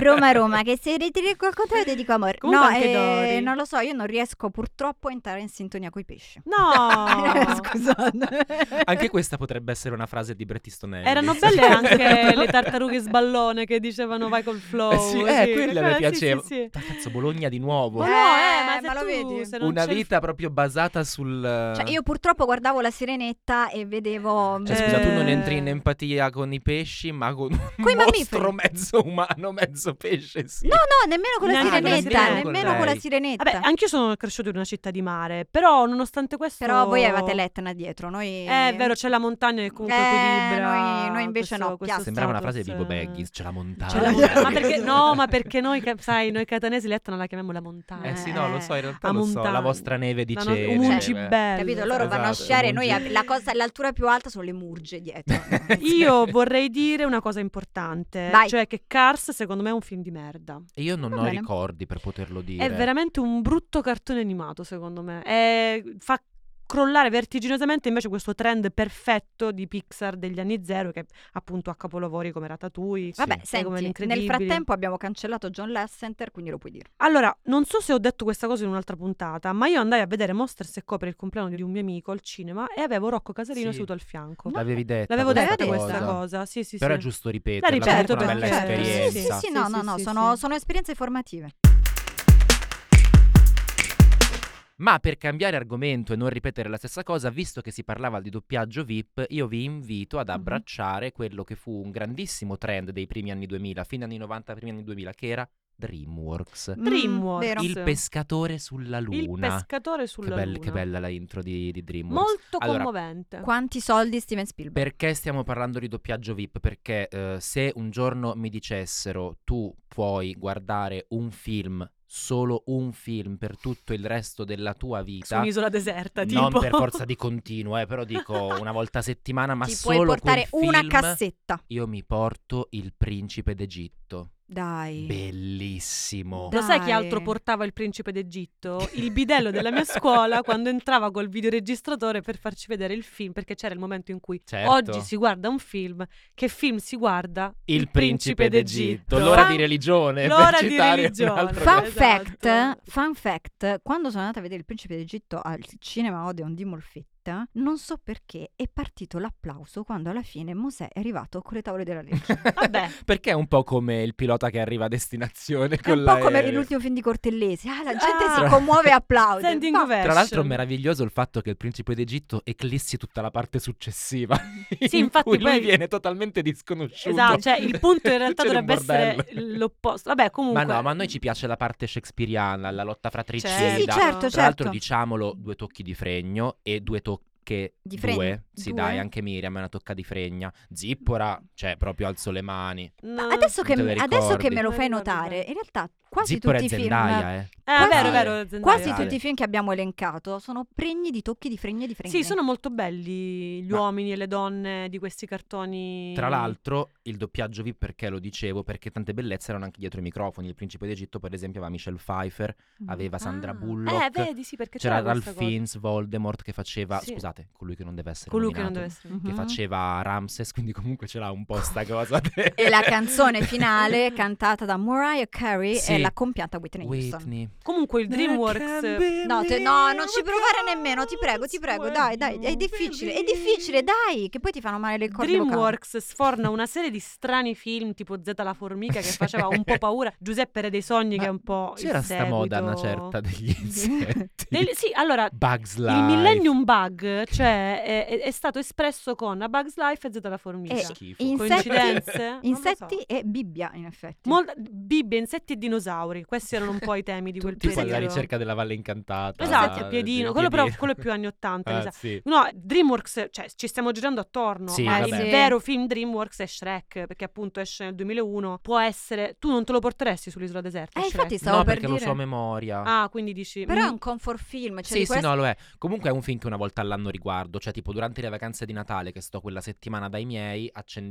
Roma, Roma, che se ritiri qua contrario ti dico amore. Comunque no, anche eh, Dori. non lo so, io non riesco purtroppo a entrare in sintonia coi pesci. No, Scusate. Anche questa potrebbe essere una frase di Brettistonelli. Erano belle anche le tartarughe sballone che dicevano vai col flow. Eh sì, eh, quella mi sì, piaceva. Sì, sì. Ma cazzo, Bologna di nuovo. Ma Eh, no, eh, ma, ma se lo tu- vedi? se non Una c'è il- vita proprio basata sul... Cioè, io purtroppo guardavo la sirenetta e vedevo. Eh. Cioè, eh, scusa, tu non Eh. entri in empatia con i pesci, ma con un Coi mostro mammiferi. mezzo umano, mezzo pesce, sì. No, no, nemmeno con la Neanche con la sirenetta. sirenetta. Nemmeno con la Lei. sirenetta. Vabbè, anch'io sono cresciuto in una città di mare, però nonostante questo... Però voi avevate l'Etna dietro, noi. Eh, è vero, c'è la montagna che comunque Eh, equilibra noi- noi invece questo- no, questo piazza. Sembrava una frase Ah, status, di Bobo eh. Baggins, c'è la montagna. C'è la montagna. montagna. ma perché, no, ma perché noi, ca- sai, noi catanesi l'Etna la chiamiamo la montagna. Eh sì, no, lo so, in realtà La lo so, montagna. la vostra neve di La no- cere. un muncibello. Capito? Loro Esatto, vanno a sciare, noi lungi. ab- la cosa, l'altura più alta sono le murge dietro. Io vorrei dire una cosa importante, Vai. cioè che Cars secondo me è un film di merda. E io non Va ho bene. ricordi per poterlo dire. È veramente un brutto cartone animato, secondo me. È- fa crollare vertiginosamente invece questo trend perfetto di Pixar degli anni zero, che appunto ha capolavori come Ratatouille. Vabbè, Sì. Come senti, nel l'incredibile. frattempo abbiamo cancellato John Lasseter, quindi lo puoi dire. Allora, non so se ho detto questa cosa in un'altra puntata, ma io andai a vedere Monsters e Co per il compleanno di un mio amico al cinema e avevo Rocco Casarino Sì. seduto al fianco. L'avevi detta L'avevo questa detta cosa. questa cosa, sì, sì, Però è sì. giusto La ripeterla, perché ripeto è una bella perché- esperienza. Sì, sì, sì, Sì, no, Certo, sì, no, no, sì, sono, sì. sono esperienze formative. Ma per cambiare argomento e non ripetere la stessa cosa, visto che si parlava di doppiaggio VIP, io vi invito ad abbracciare quello che fu un grandissimo trend dei primi anni 2000, fine anni 90, primi anni 2000, che era DreamWorks. Mm, Dreamworks. vero. Il pescatore sulla Il luna. pescatore Che, sulla bel- luna. che bella la intro di, di DreamWorks. Molto Allora, commovente. Quanti soldi Steven Spielberg? Perché stiamo parlando di doppiaggio VIP? Perché eh, se un giorno mi dicessero tu puoi guardare un film solo un film per tutto il resto della tua Su vita. un'isola deserta, tipo. Non per forza di continuo, eh, però dico una volta a settimana, ma Ti puoi solo portare quel una film, cassetta. Io mi porto Il principe d'Egitto. Dai. Bellissimo. Lo sai che Dai. altro portava il principe d'Egitto? Il bidello della mia scuola quando entrava col videoregistratore per farci vedere il film, perché c'era il momento in cui Certo. oggi si guarda un film, che film si guarda? Il principe d'Egitto, d'Egitto. l'ora Fan- di religione, l'ora per di citare religione. un altro Fa- Fun, Esatto. fact, fun fact, quando sono andata a vedere il principe d'Egitto al cinema Odeon di Molfetta, non so perché è partito l'applauso quando alla fine Mosè è arrivato con le tavole della legge. Vabbè. Perché è un po' come il pilota che arriva a destinazione È con un po' come l'aereo. l'ultimo film di Cortellesi. Ah, la gente Ah. si commuove e applaude. Boh. Standing Ma- ovation. Tra l'altro è meraviglioso il fatto che il principe d'Egitto eclissi tutta la parte successiva. Sì, in infatti cui lui poi- viene totalmente disconosciuto. Esatto, cioè il punto in realtà C'era un dovrebbe essere bordello. l'opposto. Vabbè, comunque. Ma no, ma a noi ci piace la parte shakespeariana, la lotta fratricida. Certo. Sì, sì, certo, Tra certo. l'altro, diciamolo, due tocchi di fregno e due tocche Di due. fregno? Sì, Due? dai, anche Miriam è una tocca di fregna. Zippora, cioè, proprio alzo le mani. No. Adesso che, Non te le adesso ricordi. che me lo Non fai ricordo notare, bene. in realtà quasi Zippora tutti i è film... Zendaya, eh. Eh, quasi- vero, vero. Zendaya. Quasi Zendaya. tutti i film che abbiamo elencato sono pregni di tocchi di fregne di fregne. Sì, sono molto belli gli Ma- uomini e le donne di questi cartoni. Mm. Tra l'altro, il doppiaggio VIP perché lo dicevo? Perché tante bellezze erano anche dietro i microfoni. Il principe d'Egitto, per esempio, aveva Michelle Pfeiffer, aveva Sandra Ah. Bullock. Eh, vedi, sì, perché C'era c'era Ralph questa cosa. Fiennes, Voldemort che faceva, Sì. scusate, colui che non deve essere Colui che non deve nominato, essere. Mhm. che faceva Ramses, quindi comunque ce l'ha un po' sta cosa. de- E la canzone finale cantata da Mariah Carey Sì. è la compianta Whitney Houston. Whitney. Comunque il DreamWorks. No, te- no, non ci provare nemmeno, ti prego, ti prego, dai, dai, è difficile, è difficile, dai, che poi ti fanno male le corde vocali. DreamWorks sforna una serie di strani film tipo Z la formica che faceva un po' paura, Giuseppe Re dei sogni Ma che è un po' il C'era sta moda una seguito. certa degli insetti. Del- sì, allora Bugs Life. il Millennium Bug, cioè è, è- è stato espresso con A Bug's Life e Z la formica. Eh, Schifo. in- Coincidenze? Non lo so. Insetti e Bibbia, in effetti. Mol- Bibbie, insetti e dinosauri, questi erano un po' i temi di quel Tutti periodo. alla ricerca della Valle Incantata. eh, Esatto, del- Piedino, del quello però Piedino. quello più anni 80, mi Ah, sa. sì. No, DreamWorks, cioè ci stiamo girando attorno, Sì, ma il vabbè. Sì. vero film DreamWorks è Shrek, perché appunto esce nel 2001, può essere... Tu non te lo porteresti sull'isola deserta, Eh, Shrek? infatti stavo No, per perché lo dire. so a memoria. Ah, quindi dici... Però è mm, un comfort film, cioè Sì, di sì, questo- no, lo è. Comunque è un film che una volta all'anno riguardo, cioè tipo durante le vacanze di Natale che sto quella settimana dai miei,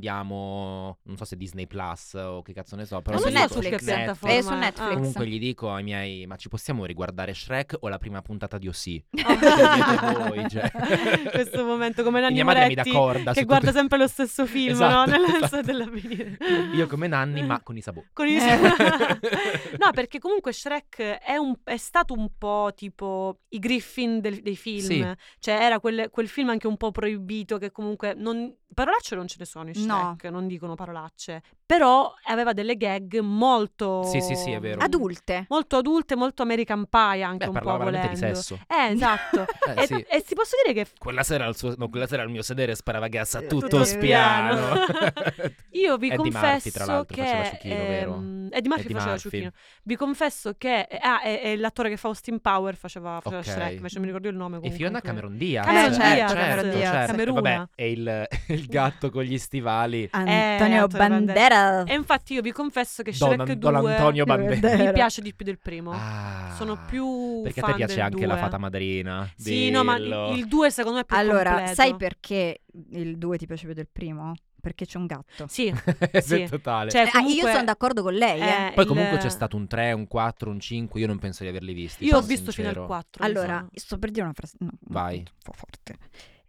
accendiamo, non so se Disney Plus o che cazzo ne so, però Ma gli non è dico- su che Netflix. piattaforma? È su Netflix. Comunque gli dico ai miei, ma ci possiamo riguardare Shrek o la prima puntata di OC? Ah. Scegliete voi, cioè. Questo momento come Nanni Mia madre mi dà Moretti, corda che su guarda tutto- sempre lo stesso film, Esatto, no? Nella esatto. sua dell'avvenire. Io come Nanni, ma con i sabò. Con il- no, perché comunque Shrek è, un- è stato un po' tipo i Griffin del- dei film. Sì. Cioè, era quel, quel film anche un po' proibito che comunque. Non, parolacce non ce ne sono in No. Shrek, non dicono parolacce. Però aveva delle gag molto. Sì, sì, sì, è vero. adulte. Molto adulte, molto American Pie anche Beh, un parlava po' veramente volendo. di sesso. Eh, esatto. Eh, e, sì. e ti posso dire che Quella sera, al suo- no, quella sera al mio sedere sparava gas a Eh, tutto, tutto spiano. spiano. Io vi Eddie confesso Murphy, tra l'altro, che faceva Ciuchino, vero? ehm, Eddie Murphy Eddie faceva Murphy. Ciuchino. Vi confesso che ah, è, è l'attore che fa Austin Power faceva, faceva Ok. Shrek, invece non mi ricordo il nome E comunque. Fiona Cameron Diaz. Cameron eh, Diaz, certo, Cameron Diaz. certo. Cameruna. Vabbè, è il, il gatto con gli stivali. Antonio Antonio Bandera. E infatti io vi confesso che Don, Shrek 2 Don Antonio Bandera. mi piace di più del primo. Ah, Sono più Perché a fan te piace del anche la due. fata madrina. Sì, no, ma dillo. il- il 2 secondo me è più Allora, completo. sai perché il 2 ti piace più del primo? Perché c'è un gatto. Sì, Sì, sì. totale. cioè, Ah, io comunque- sono d'accordo con lei, eh. eh, Poi il- comunque c'è stato un 3, un 4, un 5, io non penso di averli visti. Io ho sono visto fino sincero. al 4. Allora, sto per dire una frase. no, Vai. Un po' forte.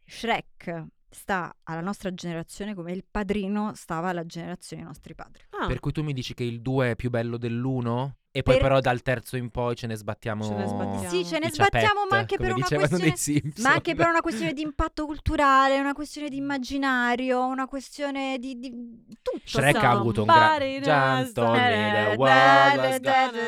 Shrek sta alla nostra generazione come il padrino stava alla generazione dei nostri padri. Ah. Per cui tu mi dici che il 2 è più bello dell'1? E poi Ah. Per- però dal terzo in poi ce ne sbattiamo... Ce ne sbattiamo. Sì, ce ne sbattiamo, i ciapette, ma anche, Oh, come per una, dicevano questione, nei Simpson. ma anche per una questione di impatto culturale, una questione di immaginario, una questione di, di tutto. Shrek ha insomma. avuto un grande... Eh, Eh,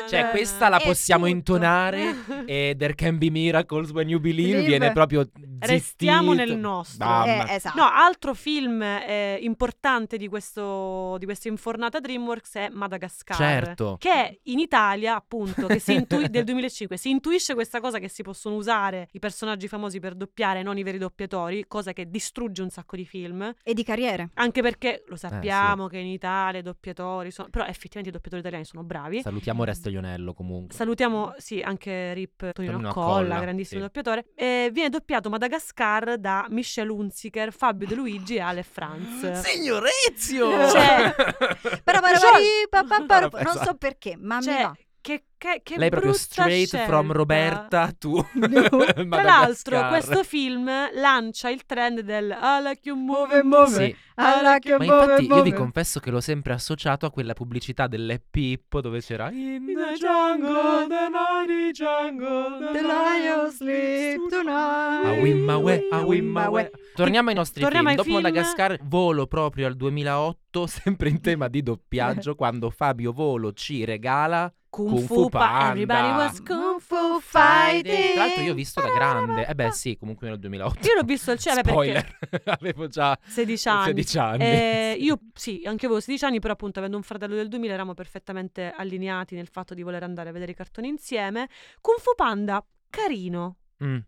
Cioè, questa la È possiamo tutto. Eh, intonare e There Can Be Miracles When You Believe Believe. viene proprio Restiamo zittito. nel nostro. Mamma. Eh, esatto. No, altro film eh, importante di, questo, di questa infornata DreamWorks è Madagascar. Certo. Che in Italia, appunto, che si intui- del 2005, si intuisce questa cosa che si possono usare i personaggi famosi per doppiare, non i veri doppiatori, cosa che distrugge un sacco di film. E di carriere. Anche perché lo sappiamo che in Italia i doppiatori sono... Però effettivamente i doppiatori italiani sono eh. bravi. Salutiamo Restoglionello comunque. Salutiamo, sì, anche Rip Tonino Tonino Colla, Accolla, grandissimo sì. doppiatore. Eh, viene doppiato Madagascar da Michel Hunziker, Fabio De Luigi e Ale Franz. Signorezio! Cioè- Però però, Diciamo- pa- pa- pa- Cioè, Esatto. non so perché, ma mi Cioè, va. che, che, che Lei è proprio brutta straight from scelta. Roberta tu. Tra l'altro, questo film lancia il trend del I like you move and move. Sì, I like you ma move infatti and io vi move. confesso che l'ho sempre associato a quella pubblicità delle Pippo dove c'era In the jungle, the mighty jungle, the lion sleep A tonight. Wimmawe, a Wimmawe. Torniamo ai nostri Torniamo film. ai Dopo film. Madagascar, volo proprio al 2008, sempre in tema di doppiaggio, quando Fabio Volo ci regala. Kung, Kung Fu Fu Pa- Panda. Everybody was Kung Fu Tra l'altro, Fighting. io ho visto da grande. Eh, beh, sì, comunque nel 2008. Io l'ho visto al cinema perché Spoiler, avevo già 16 anni. 16 anni. Eh, io sì, anche avevo 16 anni, però appunto avendo un fratello del 2000 eravamo perfettamente allineati nel fatto di voler andare a vedere i cartoni insieme. Kung Fu Panda, carino. Mm. Bel,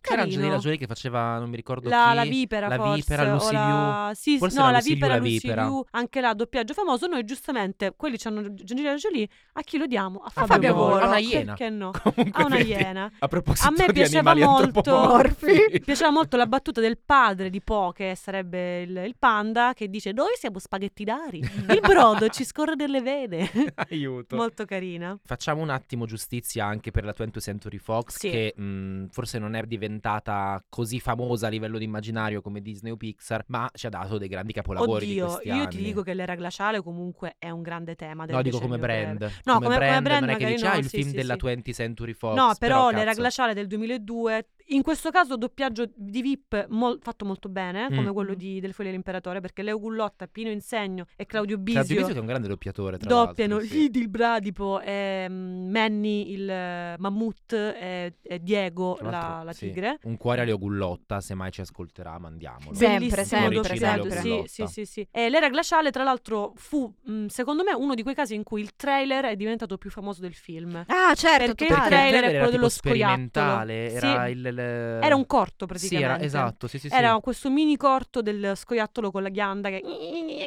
C'era carino. Angelina Jolie che faceva, non mi ricordo la, chi. la vipera la forse vipera, o Lucy la... Sì, sì, Forse no era la Lucy Liu, vipera la Lucy vipera. Liu, anche là doppiaggio famoso noi giustamente quelli ci hanno Angelina Jolie a chi lo diamo? a Fabio, Fabio Volo Volo, a una iena. perché no? Comunque, a Ah, una vedi, iena A proposito A me di piaceva animali molto- antropomorfi. piaceva molto la battuta del padre di Po che sarebbe il, il panda che dice noi siamo spaghettinari il brodo ci scorre delle vene Certo. Aiuto. molto carina Facciamo un attimo giustizia anche per la 20th Century Fox, Sì. che mh, forse non è diventata così famosa a livello di immaginario come Disney o Pixar, ma ci ha dato dei grandi capolavori di oddio questi io ti anni. dico che l'era glaciale comunque è un grande tema del No, dico come decennio breve. brand. No, come- come brand non è che magari dici, no, ah, il sì, film sì, della sì. 20th Century Fox. No, però, l'era cazzo. glaciale del 2002, in questo caso doppiaggio di VIP mol- fatto molto bene, Mm. come quello di- del Foglio dell'Imperatore, perché Leo Gullotta, Pino Insegno e Claudio Bisio, Claudio Cioè, Bisio che è un grande doppiatore, tra doppiano l'altro, sì. Lidi il Bradipo, e, mm, Manny il eh, Mammut e, e Diego Tra l'altro, la, la sì. tigre. Un cuore a Leo Gullotta, se mai ci ascolterà, mandiamolo. Sempre, Bellissimo sempre, doppiaggio, sempre. Sì, sì, sì, sì. E l'era glaciale, tra l'altro, fu, mm, secondo me, uno di quei casi in cui il trailer è diventato più famoso del Eh, film. Ah, certo, Perché Perché il il totale. trailer trailer è era quello tipo dello sperimentale, scoiattolo. era Sì. il... Era un corto, Sì, era, praticamente. esatto, sì, sì, sì. Era questo mini corto del scoiattolo con la ghianda che,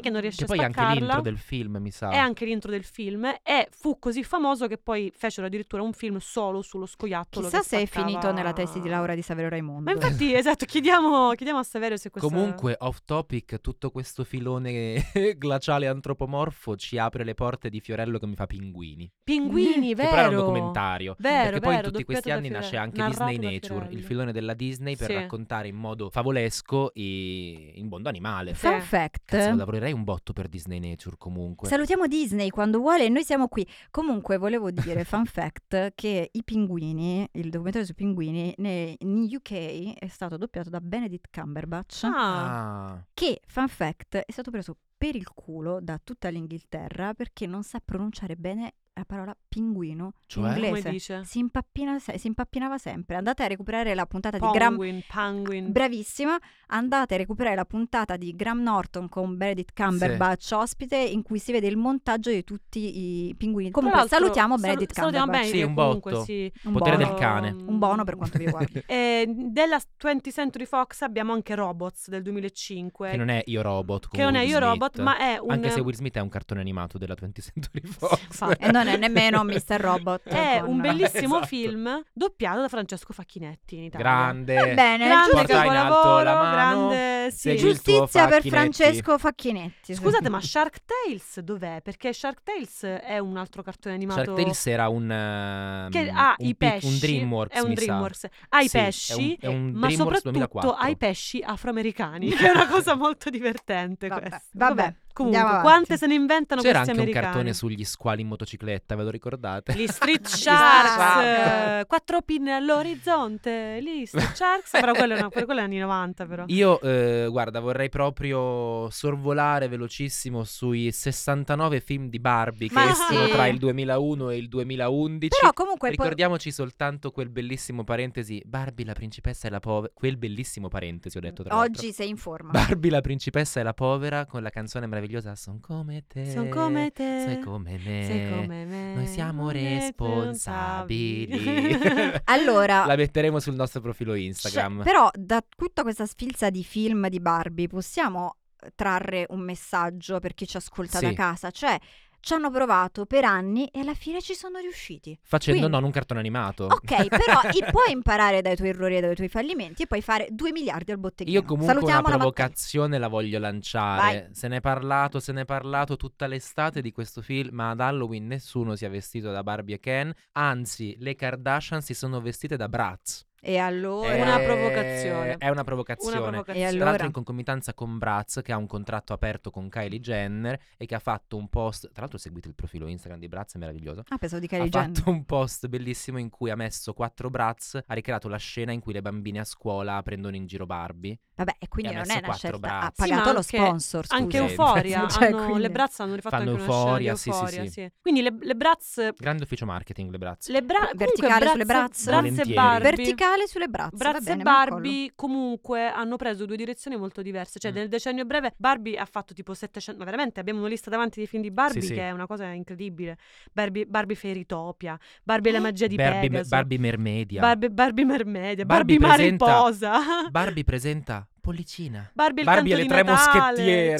che non riesce che poi a è spaccarla. anche l'intro del film, mi sa. È anche l'intro del film e fu così famoso che poi fecero addirittura un film solo sullo scoiattolo. Chissà che se è spaccava- finito nella tesi di Laura di Saverio Raimondo. Ma infatti, esatto, chiediamo, chiediamo a Saverio se questo... Comunque, off topic, tutto questo filone glaciale antropomorfo ci apre le porte di Fiorello che mi fa pinguini. Pinguini, vero? Che però era un documentario. Vero, perché poi vero, in tutti questi doppiato da anni nasce Fiorello. anche Narrato da Disney Nature, Fiorello. il filone della Disney per Sì. raccontare in modo favolesco i- il mondo animale. Sì. Fun fact. Eh, Cazzo, lavorerei un botto per Disney Nature comunque. Salutiamo Disney quando vuole e noi siamo qui. Comunque volevo dire, fun fact, che i pinguini, il documentario sui pinguini, ne- in UK è stato doppiato da Benedict Cumberbatch, Ah, ah, che, fun fact, è stato preso per il culo da tutta l'Inghilterra perché non sa pronunciare bene la parola pinguino Cioè? in come inglese. dice? Si, impappina se- si impappinava sempre. Andate a recuperare la puntata di Graham Penguin, penguin. Bravissima, andate a recuperare la puntata di Graham Norton con Benedict Cumberbatch ospite in cui si vede il montaggio di tutti i pinguini. Tra Comunque l'altro, salutiamo salu- Benedict salutiamo Cumberbatch. Sì, Benedict, un comunque, botto. sì. Um, Un Potere bono, del cane. Un bono per quanto vi riguarda. Eh, della 20th Century Fox abbiamo anche Robots del 2005. che non è Io Robot. cioè che non è Io Robot, ma è un... Anche se Will Smith è un cartone animato della 20th Century Fox. Fa- E non è nemmeno Mr. Robot. È con- un bellissimo Esatto. film doppiato da Francesco Facchinetti in Italia. Grande. Va bene, grande giusti- Porta in alto capolavoro, la mano, grande sì. segui il tuo giustizia per Facchinetti. Francesco Facchinetti. Scusate, ma Shark Tales dov'è? Perché Shark Tales è un altro cartone animato Shark Tales era un... ehm, che ha un pi- i pesci, Un Dreamworks, è un mi sa. Dreamworks, ha i Sì, pesci, è un, è un ma Dreamworks soprattutto 2004. ai pesci afroamericani, che è una cosa molto divertente Vabbè, questa. vabbè, andiamo comunque, avanti. quante se ne inventano C'era questi anche un americani? cartone sugli squali in motocicletta, ve lo ricordate? Gli Street Gli Sharks, Sharks. eh, quattro pinne all'orizzonte, gli Street Sharks, però quello, no, quello è anni 90 però. Io, eh, guarda, vorrei proprio sorvolare velocissimo sui 69 film di Barbie Ma che escono sì. tra il 2001 e il 2011. Però comunque poi- Ricordiamoci soltanto quel bellissimo parentesi, Barbie la principessa e la povera, quel bellissimo parentesi ho detto tra l'altro. oggi sei in forma. Barbie la principessa e la povera con la canzone meravigliosa. Son come te. Sono come te. Sei come me. Sei come me. Noi siamo responsabili. Allora, La metteremo sul nostro profilo Cioè, Instagram. però da tutta questa sfilza di film di Barbie possiamo eh, trarre un messaggio per chi ci ascolta da Sì. casa, cioè ci hanno provato per anni e alla fine ci sono riusciti. Facendo quindi- non un cartone animato. Ok, però i- puoi imparare dai tuoi errori e dai tuoi fallimenti e poi fare 2 miliardi al botteghino. Io comunque Salutiamo una la Mattei. provocazione la voglio lanciare. Se ne è parlato, se ne è parlato tutta l'estate di questo film, ma ad Halloween nessuno si è vestito da Barbie e Ken. Anzi, le Kardashian si sono vestite da Bratz. E allora... Una Eh, provocazione. È una provocazione. Una provocazione. E Tra l'altro allora... in concomitanza con Bratz che ha un contratto aperto con Kylie Jenner e che ha fatto un post, tra l'altro seguite il profilo Instagram di Bratz, è meraviglioso, Ah, pensavo di ha Kylie Jenner. fatto un post bellissimo in cui ha messo quattro Bratz, ha ricreato la scena in cui le bambine a scuola prendono in giro Barbie. Vabbè, e quindi e ha non messo è una quattro scelta. braccia. Ha Sì, ma pagato lo anche- sponsor, Anche Scusa. Euforia, Cioè, hanno- quindi- le Bratz hanno rifatto Fanno anche una scena di Euphoria, sì, sì, Euphoria, sì. sì. Quindi le, le Bratz Grande ufficio marketing le Bratz. le bra- P- verticale sulle Bratz, braccia? Bratz e Volentieri. Barbie Verticale sulle braccia. va Bratz e bene, me la collo. Barbie comunque hanno preso due direzioni molto diverse, cioè Mm. nel decennio breve Barbie ha fatto tipo 700, ma veramente abbiamo una lista davanti di film di Barbie Sì, sì. che è una cosa incredibile, Barbie, Barbie Fairytopia, Barbie e la magia di Barbie, Pegaso, Barbie Mermedia. Barbie, Barbie Mermedia, Barbie, Barbie presenta- Mariposa, Barbie presenta Pollicina. Barbie, il canto Barbie e le di tre Natale. moschettiere.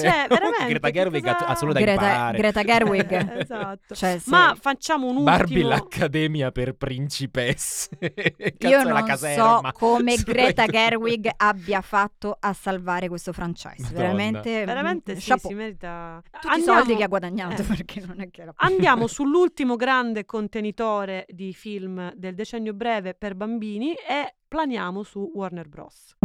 cioè veramente Greta che Gerwig ha- cosa- ha solo da Greta, imparare. Greta Gerwig. esatto. Cioè, se- Ma facciamo un Barbie ultimo l'accademia per principesse. Cazzo Io è la non caserma. so come Su- Greta Gerwig abbia fatto a salvare questo franchise. Madonna. Veramente, veramente mm, sì, chapeau. si merita Tutti i soldi che ha guadagnato eh. perché non è che era Andiamo sull'ultimo grande contenitore di film del decennio breve per bambini e planiamo su Warner Bros.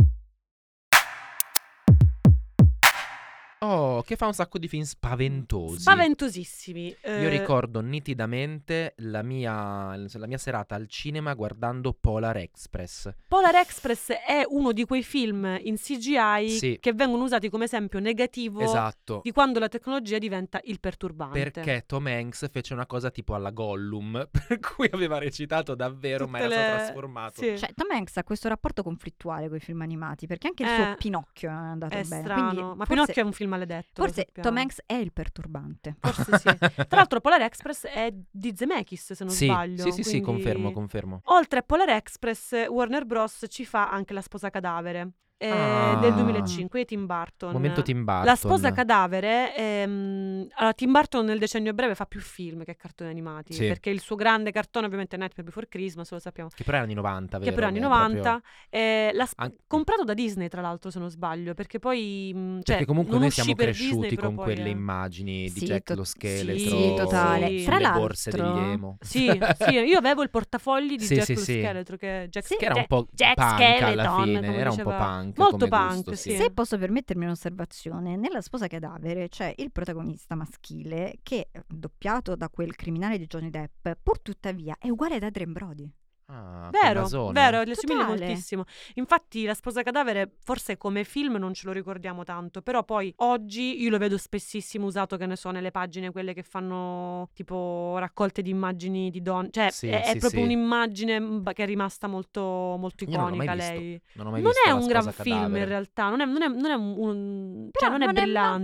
Oh, che fa un sacco di film spaventosi. Spaventosissimi. eh, Io ricordo nitidamente la mia, la mia serata al cinema guardando Polar Express. Polar Express è uno di quei film in CGI Sì. che vengono usati come esempio negativo Esatto. di quando la tecnologia diventa il perturbante. Perché Tom Hanks fece una cosa tipo alla Gollum, per cui aveva recitato davvero, ma era Tutte stato le- trasformato. Sì. Cioè, Tom Hanks ha questo rapporto conflittuale con i film animati perché anche il Eh, suo Pinocchio non è andato è bene. strano, Quindi ma forse- Pinocchio è un film maledetto. lo Forse sappiamo. Tom Hanks è il perturbante. Ah, Forse sì. Tra l'altro Polar Express è di Zemeckis, se non sì, sbaglio. sì, sì, sì, quindi- confermo, confermo. Oltre a Polar Express, Warner Bros. ci fa anche La sposa cadavere eh, Ah. del 2005 di Tim Burton. Momento Tim Burton. La sposa cadavere, ehm, allora Tim Burton nel decennio breve fa più film che cartoni animati, Sì. perché il suo grande cartone ovviamente è Nightmare Before Christmas, lo sappiamo, Che però era anni 90, che vero? però è anni È proprio- Cioè, 90, eh, la sp- An- comprato da Disney tra l'altro se non sbaglio, perché poi... mh, cioè, Perché comunque non noi uscì siamo per cresciuti Disney, però con poi, quelle eh. immagini di Sì, Jack to- lo sì, scheletro, sì, totale. sulle Tra borse degli l'altro- emo. Sì, sì, io avevo il portafogli di Sì, Jack sì, lo sì. Scheletro, che, è Jack, Che era un Jack- po' Jack punk alla Skeleton, fine, come era un po' diceva. punk Molto come punk, gusto, sì. Se posso permettermi un'osservazione, nella sposa cadavere c'è il protagonista maschile che, doppiato da quel criminale di Johnny Depp, pur tuttavia è uguale ad Adrien Brody. Ah, quel Vero, nasone. vero, le assomiglia Totale. moltissimo. Infatti La sposa cadavere forse come film non ce lo ricordiamo tanto, però poi oggi io lo vedo spessissimo usato, che ne so, nelle pagine quelle che fanno tipo raccolte di immagini di donne, cioè Sì, è, è sì, proprio sì. un'immagine mh, che è rimasta molto, molto Io non l'ho mai iconica visto. lei. Non, ho mai Non visto è La un sposa gran film cadavere. in realtà, non è, non è- non è un, un- cioè, Però non è manco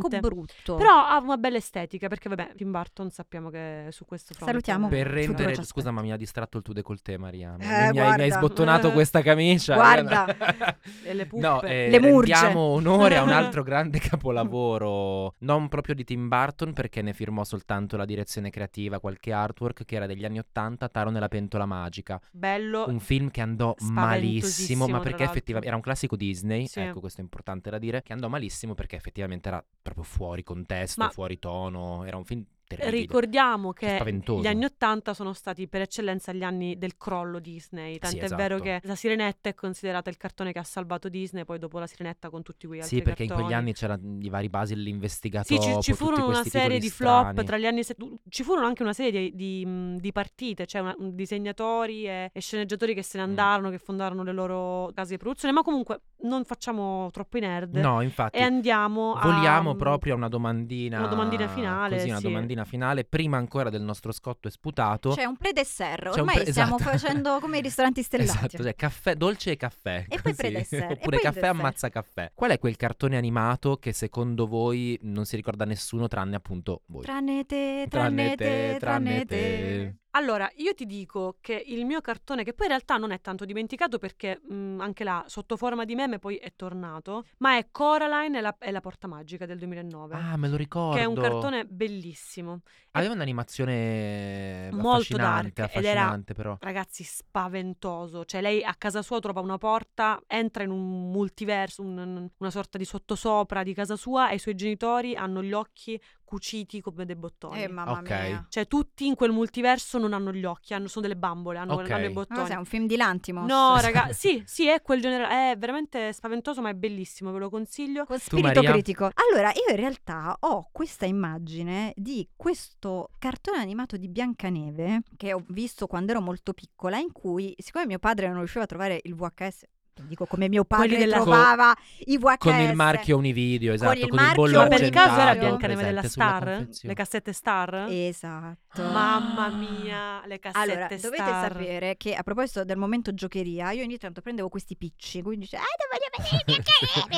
brillante. brutto. Però ha una bella estetica, perché vabbè, Tim Burton sappiamo che su questo fronte... Salutiamo Per Sul rendere, croce scusa, ma mi ha distratto il tu décolleté, Maria. Mi, Eh, mi hai- mi hai, guarda. sbottonato questa camicia. eh. Guarda. eh. E le puppe. No, eh, Le murge. rendiamo onore a un altro grande capolavoro, non proprio di Tim Burton perché ne firmò soltanto la direzione creativa, qualche artwork che era degli anni 80, Taro nella pentola magica, cioè, Bello. un film che andò Oh, Spaventosissimo, malissimo, ma tra perché l'altro. effettivamente era un classico Disney, Sì. ecco questo è importante da dire, che andò malissimo perché effettivamente era proprio fuori contesto, Ma- fuori tono, era un film terribile. Ricordiamo che Cioè, Spaventoso. gli anni Ottanta sono stati per eccellenza gli anni del crollo Disney. Tant'è esatto. vero che La Sirenetta è considerata il cartone che ha salvato Disney, poi dopo La Sirenetta con tutti quegli altri Sì, perché in cartoni. quegli anni c'erano mhmm, i vari Basil Sì, l'investigatore. ci, ci furono una serie di flop tra gli anni. se- Ci furono anche una serie di, di, mh, di partite, cioè una- un- disegnatori e, e sceneggiatori che se ne Mm. andarono, che fondarono le loro case di produzione. Ma comunque non facciamo troppo i nerd. No, infatti, E andiamo a. Vogliamo mh, proprio a una domandina. una domandina finale, Così, una sì, pallina finale, prima ancora del nostro scotto e sputato. C'è un predesserro, Cioè, C'è un ormai pre- stiamo esatto. facendo come i ristoranti stellati. Esatto, cioè caffè, dolce e caffè. E poi così. pre-dessert, e Oppure poi caffè dessert. ammazza caffè. Qual è quel cartone animato che secondo voi non si ricorda nessuno tranne appunto voi? Tranne te, Tranne te, tranne te. Allora, io ti dico che il mio cartone, che poi in realtà non è tanto dimenticato perché mh, anche là, sotto forma di meme, poi è tornato, ma è Coraline e la, e la porta magica del 2009, Ah, me lo ricordo. che è un cartone bellissimo. Aveva un'animazione Molto affascinante, dark, ed era- affascinante però. Ragazzi, spaventoso. Cioè, lei a casa sua trova una porta, entra in un multiverso, un- una sorta di sottosopra di casa sua e i suoi genitori hanno gli occhi cuciti come dei bottoni. Eh, mamma Ok. mia. Cioè, tutti in quel multiverso non hanno gli occhi, hanno- sono delle bambole, hanno, Ok. hanno i Ma Ma cos'è, bottoni. un film di Lantimos? No, raga, sì, sì, è quel genere. È veramente spaventoso, ma è bellissimo, ve lo consiglio. Con Tu, spirito Maria? critico. Allora, io in realtà ho questa immagine di questo cartone animato di Biancaneve che ho visto quando ero molto piccola, in cui, siccome mio padre non riusciva a trovare il VHS, dico come mio padre Quelli della- trovava i VHS. Cioè, Con il marchio Univideo, esatto, il con marchio- il bollo Ma Cioè, per il argentato caso era presente Biancaneve della presente sulla Star? confezione. Le cassette Star? Esatto. Mamma mia, le cassette Allora, dovete Star. sapere che a proposito del momento giocheria, io ogni tanto prendevo questi picci, quindi dice, ah, non voglio vedere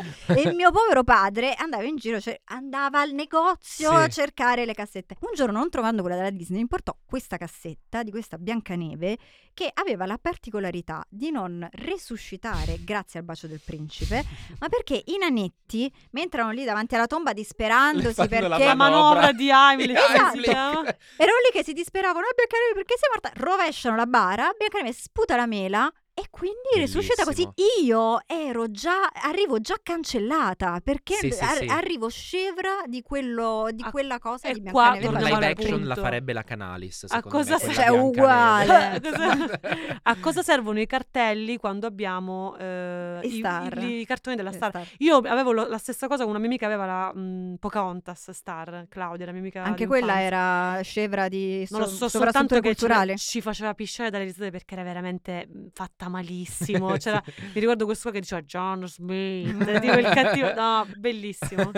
Biancaneve!" e il mio povero padre andava in giro, cioè, andava al negozio Sì. a cercare le cassette. Un giorno, non trovando quella della Disney, mi portò questa cassetta di questa Biancaneve che aveva la particolarità di non resuscitare grazie al bacio del principe, ma perché i nanetti, mentre erano lì davanti alla tomba disperandosi fanno la perché La manovra di Heimlich. Esatto. si chiama? erano lì che si disperavano, ah Biancaneve perché sei morta? Rovesciano la bara, Biancaneve sputa la mela e quindi risuscita così. Bellissimo. Io ero già, arrivo già cancellata perché Sì, sì, ar- sì. arrivo scevra di, quello, di Ah, quella cosa e di qua Biancaneve. La torniamo fatta live al prima. action la punto. farebbe la Canalis, secondo cosa me, con la se- Cioè, Biancaneve. uguale. Eh, Cosa- A cosa servono i cartelli quando abbiamo eh, E i, Star. Esatto. i- i cartoni della Star? Star. Io avevo lo- la stessa cosa con una mia amica, aveva la mh, Pocahontas Star, Claudia, la mia amica. Anche d'infanzia. quella era scevra di so- Non lo so, soltanto sovrassunzione che ci- culturale. ci faceva pisciare dalle risate perché era veramente mh, fatta malissimo. C'era, mi ricordo questo qua che diceva John Smith, tipo il cattivo. No, bellissimo.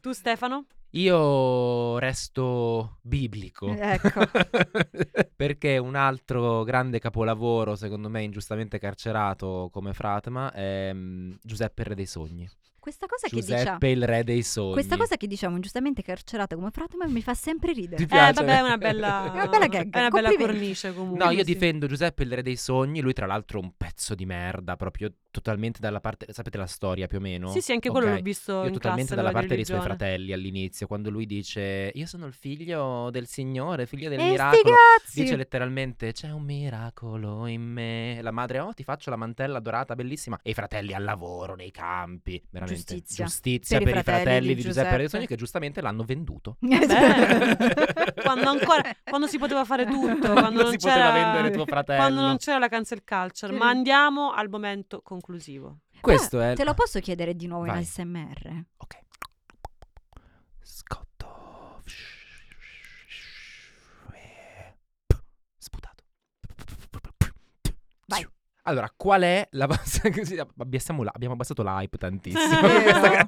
Tu Stefano? Eh, Io resto biblico. Ecco. Perché un altro grande capolavoro, secondo me ingiustamente carcerato come Fratma, è mm, Giuseppe il Re dei Sogni. Questa cosa che diciamo, Giuseppe il Re dei Sogni. questa cosa che diciamo giustamente carcerata come frate, ma mi fa sempre Ti ridere. Eh, piace? vabbè, è una bella, È una bella gag, È una bella complimenti. cornice comunque. No, io sì. difendo Giuseppe il Re dei Sogni, lui tra l'altro un pezzo di merda, proprio totalmente dalla parte... Sapete la storia più o meno? Sì, sì, anche quello Ok. l'ho visto Io in totalmente classe, dalla quello parte dei suoi religione. fratelli all'inizio, quando lui dice io sono il figlio del Signore, figlio del E sti miracolo. cazzi! Dice letteralmente c'è un miracolo in me. La madre, oh ti faccio la mantella dorata bellissima. E i fratelli al lavoro, nei campi. Veramente. Giustizia. Giustizia Per i per, i fratelli, di, Giuseppe Re dei Sogni Giuseppe. che giustamente l'hanno venduto. Beh, quando ancora quando si poteva fare tutto, quando, Quando non si c'era, poteva vendere tuo fratello. Quando non c'era la cancel culture, ma andiamo al momento conclusivo. Eh, Questo Ah, è... Te lo posso chiedere di nuovo Vai. in ASMR? Ok. Scotto. Sputato. Vai. Allora, qual è la vostra... così abbassiamo la- Abbiamo abbassato l'hype tantissimo. Vero.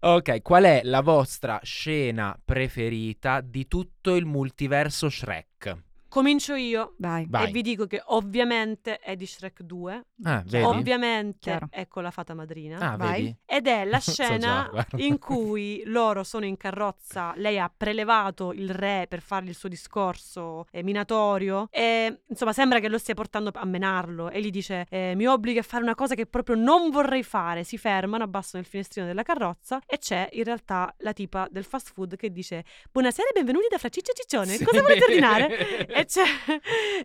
ok, qual è la vostra scena preferita di tutto il multiverso Shrek? Comincio io Vai. Vai. e vi dico che ovviamente è di Shrek 2, Ah, vedi? ovviamente Chiaro. è con la fata madrina. Ah, Vai. vedi? Ed è la So già, scena guarda. in cui loro sono in carrozza, lei ha prelevato il re per fargli il suo discorso eh, minatorio e insomma sembra che lo stia portando a menarlo e gli dice eh, mi obbliga a fare una cosa che proprio non vorrei fare, si fermano, abbassano il finestrino della carrozza e c'è in realtà la tipa del fast food che dice buonasera e benvenuti da Fraciccia Ciccione, Sì. cosa volete ordinare? e, c'è, Cioè,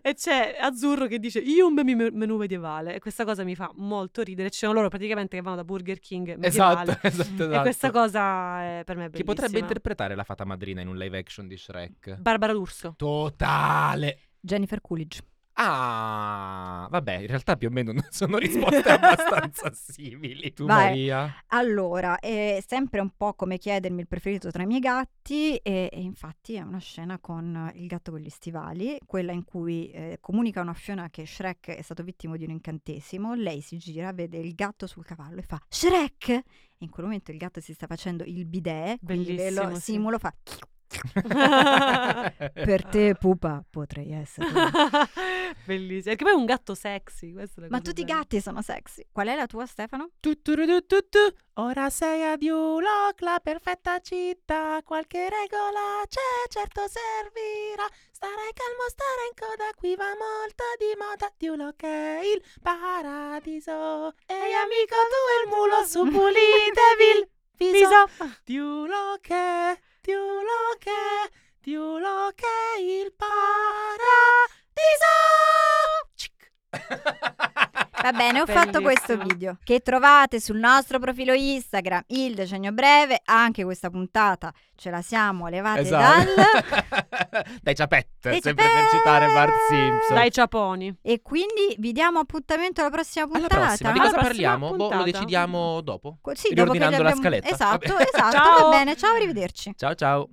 e c'è Azzurro che dice io un menu menù medievale e questa cosa mi fa molto ridere, ci sono loro praticamente che vanno da Burger King medievale Esatto, esatto, e esatto. questa cosa è per me è bellissima. Chi potrebbe interpretare la fata madrina in un live action di Shrek? Barbara D'Urso. Totale. Jennifer Coolidge. Ah, vabbè, in realtà più o meno non sono risposte abbastanza simili. Tu, Vai. Maria? Allora, è sempre un po' come chiedermi il preferito tra i miei gatti e, e infatti è una scena con il gatto con gli stivali, quella in cui eh, comunicano a Fiona che Shrek è stato vittima di un incantesimo, lei si gira, vede il gatto sul cavallo e fa Shrek! E in quel momento il gatto si sta facendo il bidet, quindi ve lo Bellissimo, sì. simulo, fa Per te, pupa, potrei essere. Bellissimo. Perché poi è un gatto sexy. questa è la Ma cosa tutti i bella. gatti sono sexy. Qual è la tua, Stefano? Tutturudututù. Ora sei a Diulog, la perfetta città. Qualche regola c'è, certo servirà. Stare calmo, stare in coda, qui va molto di moda. Diulog è il paradiso. Ehi amico, tu e il mulo su Puliteville. Viso. Diulog è, Diulog è, Diulog è il paradiso. Cic. Va bene, ho fatto questo Bellissimo. video che trovate sul nostro profilo Instagram, il decennio breve, anche questa puntata ce la siamo levate Esatto. dal... Dai ciapette, Esatto. Dai sempre per citare Bart Simpson. Certo. Dai ciaponi. E quindi vi diamo appuntamento alla prossima Alla puntata. Ah, prossima, di Alla cosa prossima parliamo? Boh, lo puntata. decidiamo dopo. Co- Sì, dopo che riordinando li la abbiamo- scaletta. Esatto, Vabbè. esatto, Ciao. va bene, ciao, arrivederci. Ciao ciao.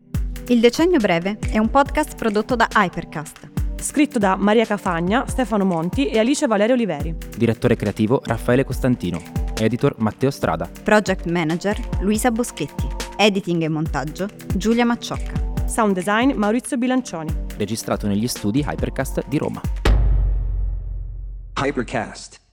Il decennio breve è un podcast prodotto da Hypercast. Scritto da Maria Cafagna, Stefano Monti e Alice Valerio Oliveri. Direttore creativo Raffaele Costantino. Editor Matteo Strada. Project manager Luisa Boschetti. Editing e montaggio Giulia Macciocca. Sound design Maurizio Bilancioni. Registrato negli studi Hypercast di Roma. Hypercast.